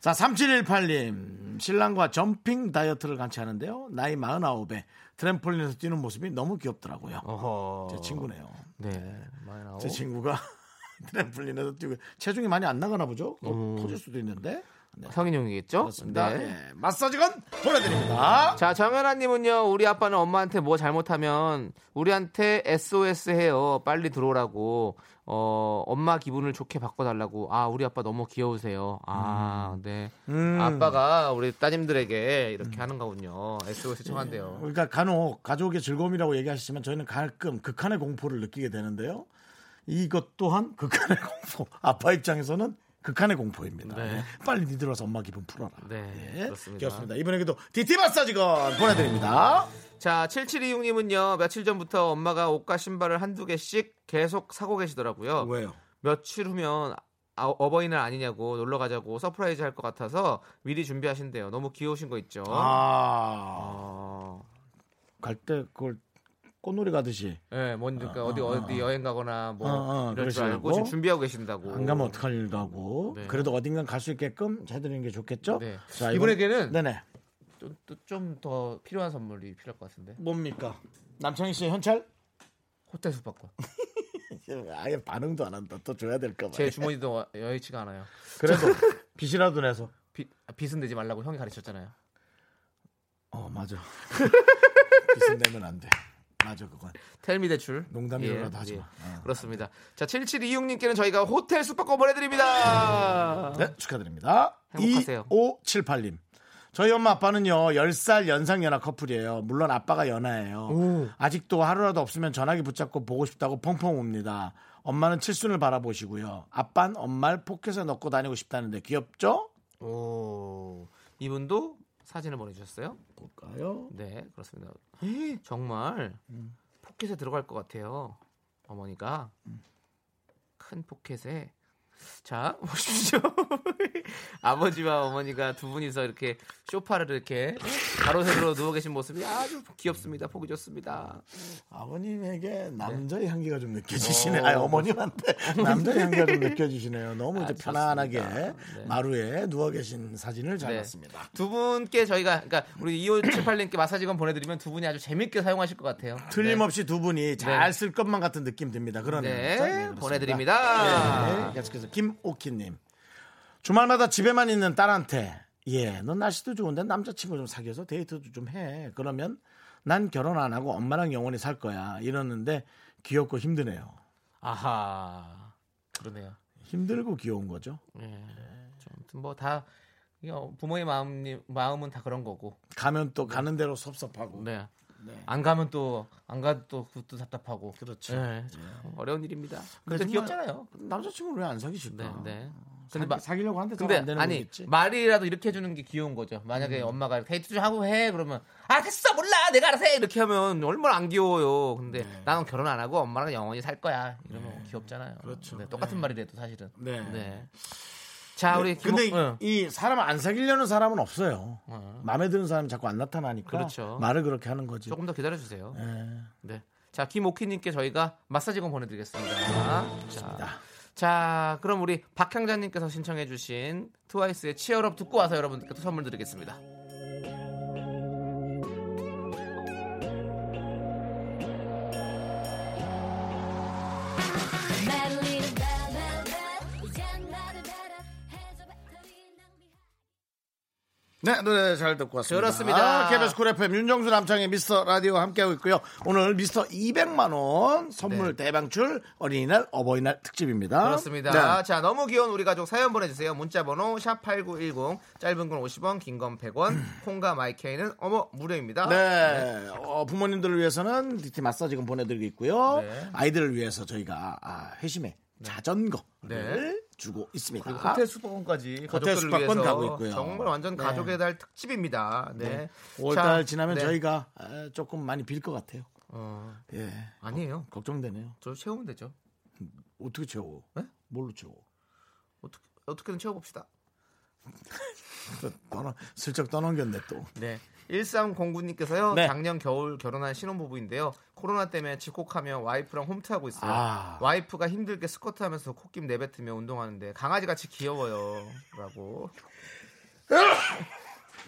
[SPEAKER 1] 자 3718님 신랑과 점핑 다이어트를 같이 하는데요 나이 49에 트램폴린에서 뛰는 모습이 너무 귀엽더라고요
[SPEAKER 2] 어허.
[SPEAKER 1] 제 친구네요
[SPEAKER 2] 네 많이
[SPEAKER 1] 어.
[SPEAKER 2] 나오.
[SPEAKER 1] 음. 제 친구가 트램플린에서 뛰고 체중이 많이 안 나가나 보죠. 또 터질 수도 있는데 네,
[SPEAKER 2] 성인용이겠죠?
[SPEAKER 1] 그렇습니다.
[SPEAKER 2] 네.
[SPEAKER 1] 예, 마사지건 보내드립니다.
[SPEAKER 2] 자, 정현아님은요, 우리 아빠는 엄마한테 뭐 잘못하면 우리한테 SOS 해요. 빨리 들어오라고. 어, 엄마 기분을 좋게 바꿔달라고. 아, 우리 아빠 너무 귀여우세요. 아, 네.
[SPEAKER 1] 음.
[SPEAKER 2] 아빠가 우리 따님들에게 이렇게 하는 거군요. SOS 청한대요.
[SPEAKER 1] 그러니까 간혹 가족의 즐거움이라고 얘기하시지만 저희는 가끔 극한의 공포를 느끼게 되는데요. 이것 또한 극한의 공포. 아빠 입장에서는 극한의 공포입니다.
[SPEAKER 2] 네.
[SPEAKER 1] 예, 빨리 니들 와서 엄마 기분 풀어라.
[SPEAKER 2] 네,
[SPEAKER 1] 예,
[SPEAKER 2] 그렇습니다.
[SPEAKER 1] 그렇습니다. 이번에도 DT 마사지건 보내드립니다.
[SPEAKER 2] 자, 7726님은요, 며칠 전부터 엄마가 옷과 신발을 한두 개씩 계속 사고 계시더라고요.
[SPEAKER 1] 왜요?
[SPEAKER 2] 며칠 후면 아, 어버이날 아니냐고 놀러 가자고 서프라이즈 할 것 같아서 미리 준비하신대요. 너무 귀여우신 거 있죠?
[SPEAKER 1] 아,
[SPEAKER 2] 어.
[SPEAKER 1] 갈 때 그걸 꽃놀이 가듯이
[SPEAKER 2] 예, 뭔지 그러니까
[SPEAKER 1] 어,
[SPEAKER 2] 어디
[SPEAKER 1] 어,
[SPEAKER 2] 어디
[SPEAKER 1] 어.
[SPEAKER 2] 여행 가거나 뭐
[SPEAKER 1] 어, 어,
[SPEAKER 2] 이럴 줄
[SPEAKER 1] 그러시라고?
[SPEAKER 2] 알고 지금 준비하고 계신다고.
[SPEAKER 1] 안 가면 어떡할 일도 하고
[SPEAKER 2] 네.
[SPEAKER 1] 그래도 어딘가 갈 수 있게끔 해드리는 게 좋겠죠?
[SPEAKER 2] 네.
[SPEAKER 1] 자, 이번-
[SPEAKER 2] 이분에게는
[SPEAKER 1] 네네.
[SPEAKER 2] 좀더 필요한 선물이 필요할 것 같은데.
[SPEAKER 1] 뭡니까? 남창희 씨의 현찰?
[SPEAKER 2] 호텔 숙박권.
[SPEAKER 1] 아예 반응도 안 한다. 또 줘야 될까 봐.
[SPEAKER 2] 제 주머니도 와- 여의치가 않아요.
[SPEAKER 1] 그래도 빚이라도 내서.
[SPEAKER 2] 빚, 아, 빚은 내지 말라고 형이 가르쳤잖아요.
[SPEAKER 1] 어 맞아. 빚은 내면 안 돼. 맞아 그건.
[SPEAKER 2] 텔미 대출.
[SPEAKER 1] 농담이라도 하지 마. 어.
[SPEAKER 2] 예, 그렇습니다. 자, 7726님께는 저희가 호텔 숙박권 보내드립니다.
[SPEAKER 1] 네 축하드립니다.
[SPEAKER 2] 행복하세요.
[SPEAKER 1] 2578님. 저희 엄마 아빠는요 10살 연상 연하 커플이에요. 물론 아빠가 연하예요. 아직도 하루라도 없으면 전화기 붙잡고 보고 싶다고 펑펑 웁니다. 엄마는 칠순을 바라보시고요. 아빠는 엄마를 포켓에 넣고 다니고 싶다는데 귀엽죠?
[SPEAKER 2] 오, 이분도 사진을 보내주셨어요.
[SPEAKER 1] 볼까요?
[SPEAKER 2] 네, 그렇습니다.
[SPEAKER 1] 예.
[SPEAKER 2] 정말
[SPEAKER 1] 음.
[SPEAKER 2] 포켓에 들어갈 것 같아요. 어머니가 큰 포켓에 자 보십시오. 아버지와 어머니가 두 분이서 이렇게 쇼파를 이렇게 가로세로 누워 계신 모습이 아주 귀엽습니다. 보기 좋습니다.
[SPEAKER 1] 아버님에게 남자의
[SPEAKER 2] 네.
[SPEAKER 1] 향기가 좀 느껴지시네. 아 어머님한테 남자의 향기가 좀 느껴지시네요. 너무 이제
[SPEAKER 2] 아,
[SPEAKER 1] 편안하게
[SPEAKER 2] 좋습니다. 네.
[SPEAKER 1] 마루에 누워 계신 사진을 잘
[SPEAKER 2] 네.
[SPEAKER 1] 봤습니다.
[SPEAKER 2] 두 분께 저희가 그러니까 우리 2578님께 마사지건 보내드리면 두 분이 아주 재밌게 사용하실 것 같아요.
[SPEAKER 1] 틀림없이 두 분이 잘 쓸 것만 같은 느낌 듭니다. 그런
[SPEAKER 2] 네,
[SPEAKER 1] 의미에서. 네, 그렇습니다.
[SPEAKER 2] 보내드립니다.
[SPEAKER 1] 네, 계속해서 김오키님 주말마다 집에만 있는 딸한테 예, 넌 날씨도 좋은데 남자친구 좀 사귀어서 데이트도 좀 해. 그러면 난 결혼 안 하고 엄마랑 영원히 살 거야. 이러는데 귀엽고 힘드네요.
[SPEAKER 2] 아하 그러네요.
[SPEAKER 1] 힘들고 귀여운 거죠.
[SPEAKER 2] 예. 좀 아무튼 뭐다 어, 부모의 마음님 마음은 다 그런 거고.
[SPEAKER 1] 가면 또 가는 대로 섭섭하고.
[SPEAKER 2] 네. 안 가면 또 안 가도 또 그것도 답답하고.
[SPEAKER 1] 그렇죠.
[SPEAKER 2] 예, 참 어려운 일입니다.
[SPEAKER 1] 근데
[SPEAKER 2] 근데
[SPEAKER 1] 정말-
[SPEAKER 2] 귀엽잖아요.
[SPEAKER 1] 남자친구를 왜 안
[SPEAKER 2] 네,
[SPEAKER 1] 사귀실까?
[SPEAKER 2] 네.
[SPEAKER 1] 근데
[SPEAKER 2] 근데 마-
[SPEAKER 1] 아, 어, 사귀려고 하는데 잘안
[SPEAKER 2] 근데
[SPEAKER 1] 되는
[SPEAKER 2] 아니
[SPEAKER 1] 거겠지.
[SPEAKER 2] 말이라도 이렇게 해주는 게 귀여운 거죠. 만약에 엄마가 데이트 좀 하고 해 그러면 아 됐어 몰라 내가 알아서 해 이렇게 하면 얼마나 안 귀여워요. 근데
[SPEAKER 1] 네.
[SPEAKER 2] 나는 결혼 안 하고 엄마랑 영원히 살 거야 이러면 귀엽잖아요.
[SPEAKER 1] 그렇죠.
[SPEAKER 2] 네, 똑같은 말이래도 사실은.
[SPEAKER 1] 네.
[SPEAKER 2] 자 아, 우리 네. 김
[SPEAKER 1] 근데 이, 이 사람 안 사귀려는 사람은 없어요.
[SPEAKER 2] 어.
[SPEAKER 1] 마음에 드는 사람이 자꾸 안 나타나니까
[SPEAKER 2] 그렇죠.
[SPEAKER 1] 말을 그렇게 하는 거지.
[SPEAKER 2] 조금 더 기다려 주세요.
[SPEAKER 1] 예.
[SPEAKER 2] 네. 자, 김옥희님께 저희가 마사지건 보내드리겠습니다. 자, 자, 그럼 우리 박향자님께서 신청해주신 트와이스의 치얼업 듣고 와서 여러분께 또 선물 드리겠습니다.
[SPEAKER 7] 나를 잃은 이젠 나를 알아 해줘 배터리 낭비
[SPEAKER 1] 네, 노래 잘 듣고 왔습니다.
[SPEAKER 2] 그렇습니다.
[SPEAKER 1] KBS 쿨 FM 윤정수 남창의 미스터 라디오와 함께하고 있고요. 오늘 미스터 200만원 선물 대방출 어린이날 어버이날 특집입니다.
[SPEAKER 2] 네. 그렇습니다.
[SPEAKER 1] 네.
[SPEAKER 2] 자, 너무 귀여운 우리 가족 사연 보내주세요. 문자번호 샵8910, 짧은 건 50원, 긴 건 100원, 콩과 마이케이는 어머, 무료입니다.
[SPEAKER 1] 네. 어, 부모님들을 위해서는 DT 마사지금 보내드리고 있고요.
[SPEAKER 2] 네.
[SPEAKER 1] 아이들을 위해서 저희가 아, 회심에 자전거를
[SPEAKER 2] 네.
[SPEAKER 1] 주고 있습니다.
[SPEAKER 2] 호텔 수박원까지 가족들을
[SPEAKER 1] 수박원
[SPEAKER 2] 위해서
[SPEAKER 1] 아, 가고 있고요.
[SPEAKER 2] 정말 완전
[SPEAKER 1] 네.
[SPEAKER 2] 가족의 달 특집입니다. 네.
[SPEAKER 1] 5월달
[SPEAKER 2] 자,
[SPEAKER 1] 지나면
[SPEAKER 2] 네.
[SPEAKER 1] 저희가 아, 조금 많이 빌 것 같아요.
[SPEAKER 2] 어,
[SPEAKER 1] 예.
[SPEAKER 2] 아니에요.
[SPEAKER 1] 걱정되네요.
[SPEAKER 2] 저 채우면 되죠.
[SPEAKER 1] 어떻게 채워?
[SPEAKER 2] 네?
[SPEAKER 1] 뭘로 채워?
[SPEAKER 2] 어떻게 어떻게든 채워봅시다.
[SPEAKER 1] 또 떠나, 슬쩍 떠넘겼네 또.
[SPEAKER 2] 네. 1309님께서요.
[SPEAKER 1] 네.
[SPEAKER 2] 작년 겨울 결혼한 신혼부부인데요. 코로나 때문에 집콕하며 와이프랑 홈트하고 있어요.
[SPEAKER 1] 아.
[SPEAKER 2] 와이프가 힘들게 스쿼트 하면서 콧김 내뱉으며 운동하는데 강아지같이 귀여워요. 라고.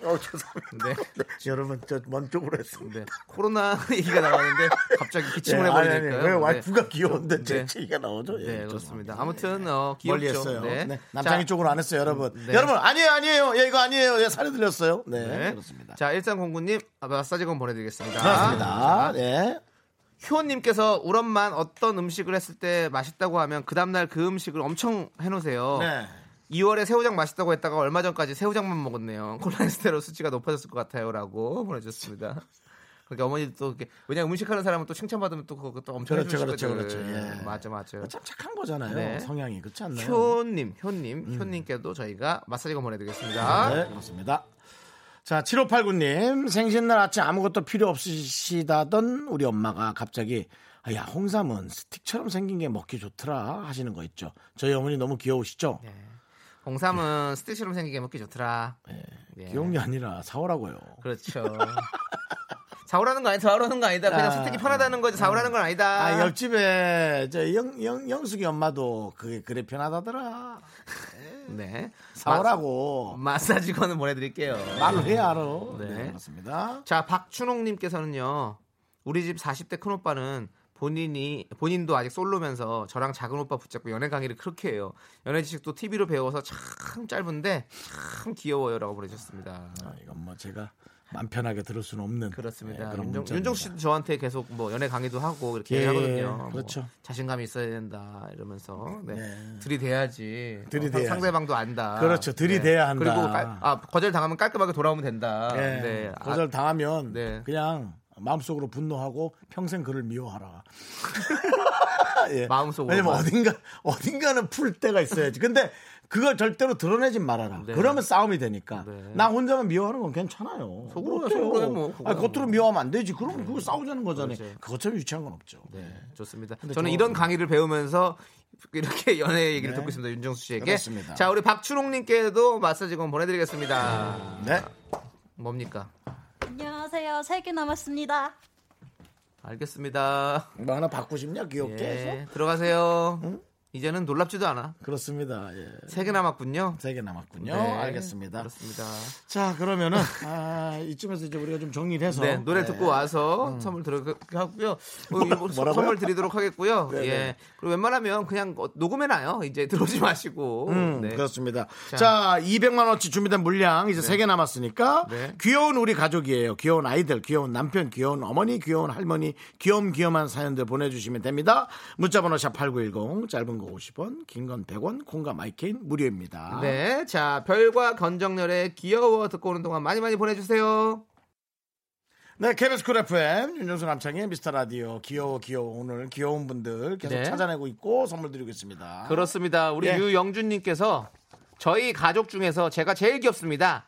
[SPEAKER 1] 어, 죄송합니다.
[SPEAKER 2] 네.
[SPEAKER 1] 여러분, 저 먼 쪽으로 했습니다.
[SPEAKER 2] 네. 코로나 얘기가 나가는데 갑자기 기침을
[SPEAKER 1] 네, 아니, 아니,
[SPEAKER 2] 해버리니까요.
[SPEAKER 1] 왜
[SPEAKER 2] 네.
[SPEAKER 1] 와이프가 귀여운데
[SPEAKER 2] 네.
[SPEAKER 1] 제 얘기가 나오죠? 예,
[SPEAKER 2] 네,
[SPEAKER 1] 죄송합니다.
[SPEAKER 2] 그렇습니다. 아무튼 어, 귀엽죠.
[SPEAKER 1] 예. 멀리 했어요.
[SPEAKER 2] 네.
[SPEAKER 1] 네, 남창희
[SPEAKER 2] 자,
[SPEAKER 1] 쪽으로 안 했어요, 여러분.
[SPEAKER 2] 네.
[SPEAKER 1] 여러분, 아니에요, 아니에요. 예, 이거 아니에요. 예, 살이 들렸어요. 네,
[SPEAKER 2] 네.
[SPEAKER 1] 그렇습니다.
[SPEAKER 2] 자, 일산공구님 마사지건 보내드리겠습니다.
[SPEAKER 1] 그렇습니다.
[SPEAKER 2] 자,
[SPEAKER 1] 네.
[SPEAKER 2] 효원님께서 우엄만 어떤 음식을 했을 때 맛있다고 하면 그 다음날 그 음식을 엄청 해놓으세요.
[SPEAKER 1] 네.
[SPEAKER 2] 2월에 새우장 맛있다고 했다가 얼마 전까지 새우장만 먹었네요. 콜레스테롤 수치가 높아졌을 것 같아요라고 보내주셨습니다. 그러니까 어머니도 또 이렇게 왜냐 면 음식하는 사람은 또 칭찬받으면 또 그거 또 엄청
[SPEAKER 1] 그렇죠,
[SPEAKER 2] 해주실
[SPEAKER 1] 그렇죠,
[SPEAKER 2] 거거든.
[SPEAKER 1] 그렇죠. 예.
[SPEAKER 2] 맞아, 맞아.
[SPEAKER 1] 참 착한 거잖아요.
[SPEAKER 2] 네.
[SPEAKER 1] 성향이 그렇지 않나요?
[SPEAKER 2] 효님, 효님, 효님께도 저희가 마사지건 보내드리겠습니다.
[SPEAKER 1] 음. 네, 그렇습니다. 자, 7589님, 생신날 아침 아무것도 필요 없으시다던 우리 엄마가 갑자기, 아, 야, 홍삼은 스틱처럼 생긴 게 먹기 좋더라 하시는 거 있죠. 저희 어머니 너무 귀여우시죠?
[SPEAKER 2] 홍삼은 네. 스틱처럼 생기게 먹기 좋더라. 예.
[SPEAKER 1] 네. 귀여운 게 아니라 사오라고요.
[SPEAKER 2] 그렇죠. 사오라는 거 아니다. 사오라는 거 아니다. 그냥
[SPEAKER 1] 아,
[SPEAKER 2] 선택이 편하다는 거지. 사오라는 건 아니다.
[SPEAKER 1] 아, 옆집에 저 영, 영, 영숙이 엄마도 그게 그래 편하다더라.
[SPEAKER 2] 네.
[SPEAKER 1] 사오라고
[SPEAKER 2] 마, 사지건은 보내드릴게요.
[SPEAKER 1] 말로 해야 알아. 네.
[SPEAKER 2] 네.
[SPEAKER 1] 그렇습니다.
[SPEAKER 2] 자, 박춘홍님께서는요. 우리 집 40대 큰 오빠는 본인이 본인도 아직 솔로면서 저랑 작은 오빠 붙잡고 연애 강의를 그렇게 해요. 연애 지식도 TV로 배워서 참 짧은데 참 귀여워요라고 보내셨습니다.
[SPEAKER 1] 아, 이건 뭐 제가 맘 편하게 들을 수는 없는
[SPEAKER 2] 그렇습니다.
[SPEAKER 1] 네, 그런
[SPEAKER 2] 윤정,
[SPEAKER 1] 문자입니다.
[SPEAKER 2] 윤정 씨도 저한테 계속 뭐 연애 강의도 하고 이렇게
[SPEAKER 1] 예,
[SPEAKER 2] 얘기하거든요. 뭐
[SPEAKER 1] 그렇죠.
[SPEAKER 2] 자신감이 있어야 된다 이러면서 네.
[SPEAKER 1] 네.
[SPEAKER 2] 들이대야지. 어,
[SPEAKER 1] 들이대야지.
[SPEAKER 2] 상대방도 안다. 네.
[SPEAKER 1] 그렇죠. 들이대야 한다.
[SPEAKER 2] 그리고 깔- 아, 거절 당하면 깔끔하게 돌아오면 된다.
[SPEAKER 1] 예,
[SPEAKER 2] 네. 아,
[SPEAKER 1] 거절 당하면
[SPEAKER 2] 네.
[SPEAKER 1] 그냥 마음속으로 분노하고 평생 그를 미워하라. 예.
[SPEAKER 2] 마음속으로만.
[SPEAKER 1] 왜냐면 어딘가 어딘가는 풀 때가 있어야지. 근데 그걸 절대로 드러내지 말아라.
[SPEAKER 2] 네.
[SPEAKER 1] 그러면 싸움이 되니까.
[SPEAKER 2] 네.
[SPEAKER 1] 나 혼자만 미워하는 건 괜찮아요.
[SPEAKER 2] 속으로
[SPEAKER 1] 어때요?
[SPEAKER 2] 속으로 해, 뭐, 그거야,
[SPEAKER 1] 아니, 겉으로
[SPEAKER 2] 뭐.
[SPEAKER 1] 미워하면 안 되지. 그러면 그거 싸우자는 거잖아요.
[SPEAKER 2] 그렇지.
[SPEAKER 1] 그것처럼 유치한 건 없죠.
[SPEAKER 2] 네, 좋습니다.
[SPEAKER 1] 근데
[SPEAKER 2] 저는
[SPEAKER 1] 저- 그
[SPEAKER 2] 이런 강의를 배우면서 이렇게 연애 얘기를
[SPEAKER 1] 네.
[SPEAKER 2] 듣고 있습니다. 윤정수 씨에게.
[SPEAKER 1] 그렇습니다.
[SPEAKER 2] 자, 우리 박춘홍님께도 마사지건 보내드리겠습니다.
[SPEAKER 1] 네.
[SPEAKER 2] 뭡니까?
[SPEAKER 7] 안녕하세요. 세 개 남았습니다.
[SPEAKER 2] 알겠습니다.
[SPEAKER 1] 뭐 하나 받고 싶냐 귀엽게 해서.
[SPEAKER 2] 예, 들어가세요. 이제는 놀랍지도 않아.
[SPEAKER 1] 그렇습니다. 예.
[SPEAKER 2] 세 개 남았군요.
[SPEAKER 1] 세 개 남았군요.
[SPEAKER 2] 네,
[SPEAKER 1] 알겠습니다.
[SPEAKER 2] 그렇습니다.
[SPEAKER 1] 자 그러면은 아, 이쯤에서 이제 우리가 좀 정리를 해서
[SPEAKER 2] 네, 노래
[SPEAKER 1] 네.
[SPEAKER 2] 듣고 와서 선물 들어가고요. 뭐,
[SPEAKER 1] 뭐라-
[SPEAKER 2] 뭐,
[SPEAKER 1] 뭐라고요?
[SPEAKER 2] 선물 드리도록 하겠고요.
[SPEAKER 1] 네, 네.
[SPEAKER 2] 예. 그리고 웬만하면 그냥 어, 녹음해놔요. 이제 들어오지 마시고.
[SPEAKER 1] 음,
[SPEAKER 2] 네.
[SPEAKER 1] 그렇습니다. 자,
[SPEAKER 2] 자.
[SPEAKER 1] 200만 원어치 준비된 물량 이제 세 개 남았으니까
[SPEAKER 2] 네.
[SPEAKER 1] 귀여운 우리 가족이에요. 귀여운 아이들, 귀여운 남편, 귀여운 어머니, 귀여운 할머니, 귀염귀염한 사연들 보내주시면 됩니다. 문자번호 샵 #8910 짧은 거 50원, 긴 건 100원, 콩과 마이케인 무료입니다.
[SPEAKER 2] 네, 자 별과 건정열의 귀여워 듣고 오는 동안 많이 많이 보내주세요.
[SPEAKER 1] 네, KBS 쿨 FM 윤정수 남창의 미스터 라디오 귀여워 귀여워 오늘 귀여운 분들 계속
[SPEAKER 2] 네.
[SPEAKER 1] 찾아내고 있고 선물 드리고 있습니다.
[SPEAKER 2] 그렇습니다. 우리
[SPEAKER 1] 예.
[SPEAKER 2] 유영준님께서 저희 가족 중에서 제가 제일 귀엽습니다.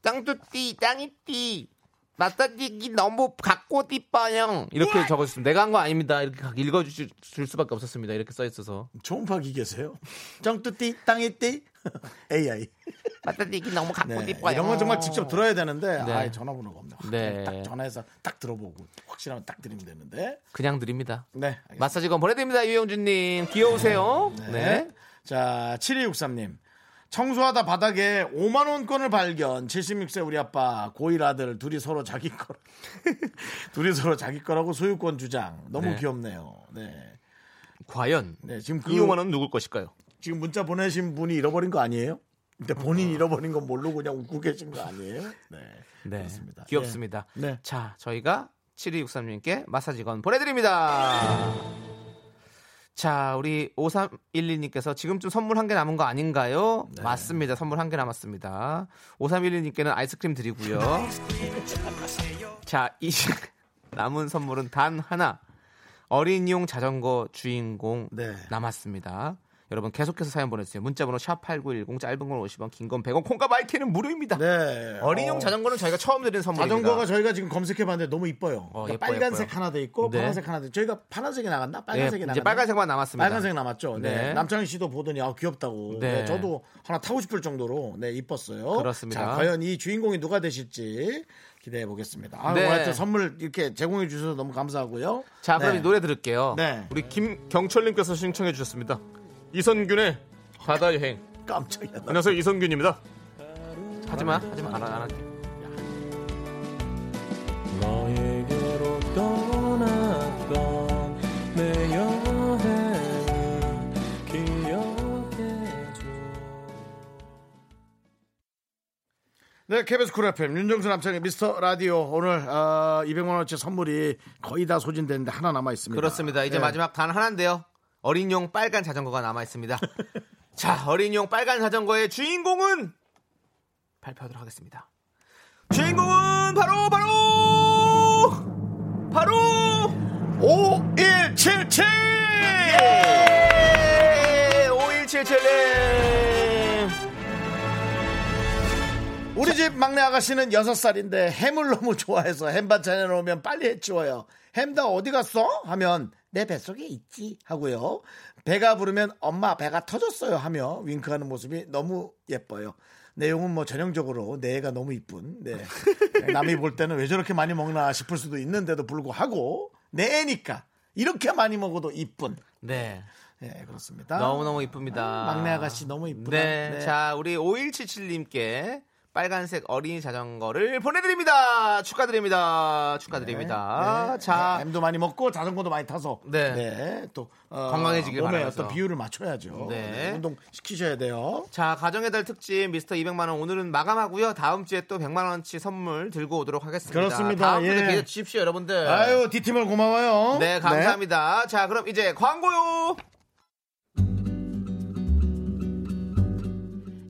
[SPEAKER 2] 땅뚜띠, 땅이띠, 마따띠기 너무 갖고 띠빠영 이렇게 적어주셨습니다. 내가 한 거 아닙니다. 이렇게 읽어주실 줄 수밖에 없었습니다. 이렇게 써 있어서
[SPEAKER 1] 초음파 기계세요? 정뚜띠, 땅이띠, AI.
[SPEAKER 2] 마따띠기 너무 갖고
[SPEAKER 1] 네,
[SPEAKER 2] 띠빠영
[SPEAKER 1] 이런 건 정말 직접 들어야 되는데
[SPEAKER 2] 네.
[SPEAKER 1] 아예 전화번호가 없네. 확
[SPEAKER 2] 네.
[SPEAKER 1] 딱 전화해서 딱 들어보고 확실하면 딱 드리면 되는데.
[SPEAKER 2] 그냥 드립니다.
[SPEAKER 1] 네. 알겠습니다.
[SPEAKER 2] 마사지건 보내드립니다. 유영준님 귀여우세요. 네.
[SPEAKER 1] 네. 자, 7263님. 청소하다 바닥에 5만 원권을 발견. 76세 우리 아빠 고1 아들 둘이 서로 자기 거 둘이 서로 자기 거라고 소유권 주장. 너무
[SPEAKER 2] 네.
[SPEAKER 1] 귀엽네요. 네.
[SPEAKER 2] 과연
[SPEAKER 1] 네, 지금 그
[SPEAKER 2] 이 5만 원 누굴 것일까요?
[SPEAKER 1] 지금 문자 보내신 분이 잃어버린 거 아니에요? 근데 본인 이 잃어버린 건 모르고 그냥 웃고 계신 거 아니에요? 네.
[SPEAKER 2] 네.
[SPEAKER 1] 그렇습니다.
[SPEAKER 2] 귀엽습니다.
[SPEAKER 1] 예. 네.
[SPEAKER 2] 자, 저희가 7263님께 마사지건 보내드립니다. 자, 우리 5312님께서 지금쯤 선물 한 개 남은 거 아닌가요?
[SPEAKER 1] 네.
[SPEAKER 2] 맞습니다. 선물 한 개 남았습니다. 5312님께는 아이스크림 드리고요. 자, 이 시- 남은 선물은 단 하나. 어린이용 자전거 주인공
[SPEAKER 1] 네.
[SPEAKER 2] 남았습니다. 여러분 계속해서 사연 보내주세요. 문자번호 샵8910 짧은 건 50원, 긴 건 100원, 콩과 마이키는 무료입니다.
[SPEAKER 1] 네.
[SPEAKER 2] 어린이용
[SPEAKER 1] 어.
[SPEAKER 2] 자전거는 저희가 처음 드리는 선물입니다.
[SPEAKER 1] 자전거가 저희가 지금 검색해봤는데 너무 이뻐요.
[SPEAKER 2] 어,
[SPEAKER 1] 그러니까
[SPEAKER 2] 예뻐요,
[SPEAKER 1] 빨간색
[SPEAKER 2] 예뻐요.
[SPEAKER 1] 하나 돼 있고
[SPEAKER 2] 네.
[SPEAKER 1] 파란색 하나 돼. 저희가 파란색이 나갔나? 빨간색이
[SPEAKER 2] 네,
[SPEAKER 1] 나갔나?
[SPEAKER 2] 이제 빨간색만 남았습니다.
[SPEAKER 1] 빨간색 남았죠. 네.
[SPEAKER 2] 네.
[SPEAKER 1] 남창희 씨도 보더니 아 귀엽다고. 네.
[SPEAKER 2] 네.
[SPEAKER 1] 저도 하나 타고 싶을 정도로 네 이뻤어요.
[SPEAKER 2] 그렇습니다.
[SPEAKER 1] 자, 과연 이 주인공이 누가 되실지 기대해 보겠습니다. 아,
[SPEAKER 2] 네.
[SPEAKER 1] 오늘 하여튼 선물 이렇게 제공해 주셔서 너무 감사하고요.
[SPEAKER 2] 자, 그럼
[SPEAKER 1] 네.
[SPEAKER 2] 이 노래 들을게요.
[SPEAKER 1] 네.
[SPEAKER 2] 우리 김경철님께서 신청해 주셨습니다. 이선균의 바다 여행.
[SPEAKER 1] 깜짝이야. 나
[SPEAKER 2] 네. 안녕하세요, 이선균입니다. 하지마 하지마 안, 안 할게
[SPEAKER 8] 너에게로 떠났던 내 여행을 기억해줘
[SPEAKER 1] 네, KBS 쿨 FM 윤정수 남창의 미스터 라디오 오늘 아, 200만 원어치 선물이 거의 다 소진됐는데 하나 남아 있습니다.
[SPEAKER 2] 그렇습니다. 이제
[SPEAKER 1] 예.
[SPEAKER 2] 마지막 단 하나인데요. 어린용 빨간 자전거가 남아 있습니다. 자, 어린용 빨간 자전거의 주인공은 발표하도록 하겠습니다. 주인공은 바로 바로 바로
[SPEAKER 1] 5177!
[SPEAKER 2] 예! 5177님.
[SPEAKER 1] 우리 집 막내 아가씨는 6살인데 햄을 너무 좋아해서 햄 반찬에 넣으면 빨리 해치워요. 햄 다 어디 갔어? 하면 내 뱃속에 있지 하고요. 배가 부르면 엄마 배가 터졌어요 하며 윙크하는 모습이 너무 예뻐요. 내용은 뭐 전형적으로 내 애가 너무 이쁜. 네. 남이 볼 때는 왜 저렇게 많이 먹나 싶을 수도 있는데도 불구하고 내 애니까 이렇게 많이 먹어도 이쁜.
[SPEAKER 2] 네.
[SPEAKER 1] 네, 그렇습니다.
[SPEAKER 2] 너무너무 이쁩니다.
[SPEAKER 1] 아, 막내 아가씨 너무 이쁘다.
[SPEAKER 2] 네.
[SPEAKER 1] 네.
[SPEAKER 2] 자, 우리 5177님께 빨간색 어린이 자전거를 보내드립니다. 축하드립니다. 축하드립니다.
[SPEAKER 1] 네.
[SPEAKER 2] 아, 자,
[SPEAKER 1] 네, 햄도 많이 먹고 자전거도 많이 타서
[SPEAKER 2] 네.
[SPEAKER 1] 또 어,
[SPEAKER 2] 건강해지길
[SPEAKER 1] 몸에
[SPEAKER 2] 바라면서.
[SPEAKER 1] 어떤 비율을 맞춰야죠.
[SPEAKER 2] 네.
[SPEAKER 1] 네, 운동 시키셔야 돼요.
[SPEAKER 2] 자, 가정의 달 특집 미스터 200만 원 오늘은 마감하고요. 다음 주에 또 100만 원치 선물 들고 오도록 하겠습니다.
[SPEAKER 1] 그렇습니다.
[SPEAKER 2] 다음 주에
[SPEAKER 1] 예.
[SPEAKER 2] 기대해 주십시오, 여러분들.
[SPEAKER 1] 아유, 디팀을 고마워요.
[SPEAKER 2] 네, 감사합니다. 자, 그럼 이제 광고요.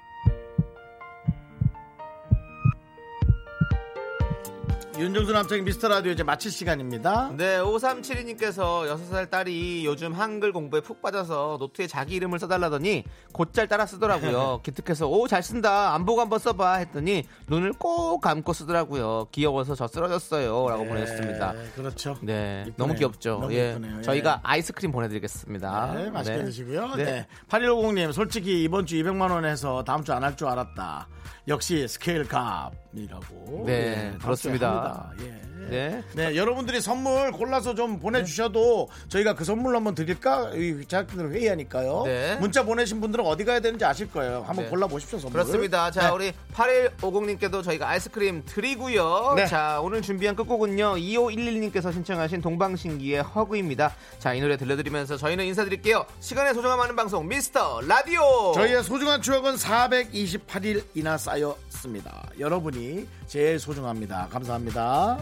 [SPEAKER 1] 네. 윤정수 남창의 미스터 라디오 이제 마칠 시간입니다.
[SPEAKER 2] 네, 5372님께서 6살 딸이 요즘 한글 공부에 푹 빠져서 노트에 자기 이름을 써달라더니 곧잘 따라 쓰더라고요. 기특해서 오, 잘 쓴다. 안 보고 한번 써봐. 했더니 눈을 꼭 감고 쓰더라고요. 귀여워서 저 쓰러졌어요. 라고 보내셨습니다.
[SPEAKER 1] 네, 그렇죠.
[SPEAKER 2] 네,
[SPEAKER 1] 이쁘네요.
[SPEAKER 2] 너무 귀엽죠.
[SPEAKER 1] 너무
[SPEAKER 2] 예.
[SPEAKER 1] 이쁘네요. 예.
[SPEAKER 2] 저희가 아이스크림 보내드리겠습니다.
[SPEAKER 1] 네, 맛있게
[SPEAKER 2] 네.
[SPEAKER 1] 드시고요.
[SPEAKER 2] 네.
[SPEAKER 1] 네. 8150님, 솔직히 이번 주 200만 원에서 다음 주 안 할 줄 알았다. 역시 스케일 값이라고.
[SPEAKER 2] 네,
[SPEAKER 1] 예, 다음 주에
[SPEAKER 2] 그렇습니다.
[SPEAKER 1] 합니다. 예.
[SPEAKER 2] 네.
[SPEAKER 1] 네, 여러분들이 선물 골라서 좀 보내주셔도 저희가 그 선물로 한번 드릴까? 이 제작진들 회의하니까요.
[SPEAKER 2] 네.
[SPEAKER 1] 문자 보내신 분들은 어디 가야 되는지 아실 거예요. 한번
[SPEAKER 2] 네.
[SPEAKER 1] 골라보십시오, 선물.
[SPEAKER 2] 그렇습니다. 자,
[SPEAKER 1] 네.
[SPEAKER 2] 우리 8150님께도 저희가 아이스크림 드리고요.
[SPEAKER 1] 네.
[SPEAKER 2] 자, 오늘 준비한 끝곡은요. 2511님께서 신청하신 동방신기의 허구입니다. 자, 이 노래 들려드리면서 저희는 인사드릴게요. 시간의 소중함 하는 방송 미스터 라디오.
[SPEAKER 1] 저희의 소중한 추억은 428일이나 쌓였습니다. 여러분이 제일 소중합니다. 감사합니다.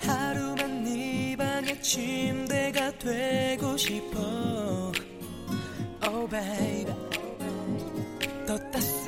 [SPEAKER 8] 하루만 네 방의 침대가 되고 싶어 Oh baby 더 따스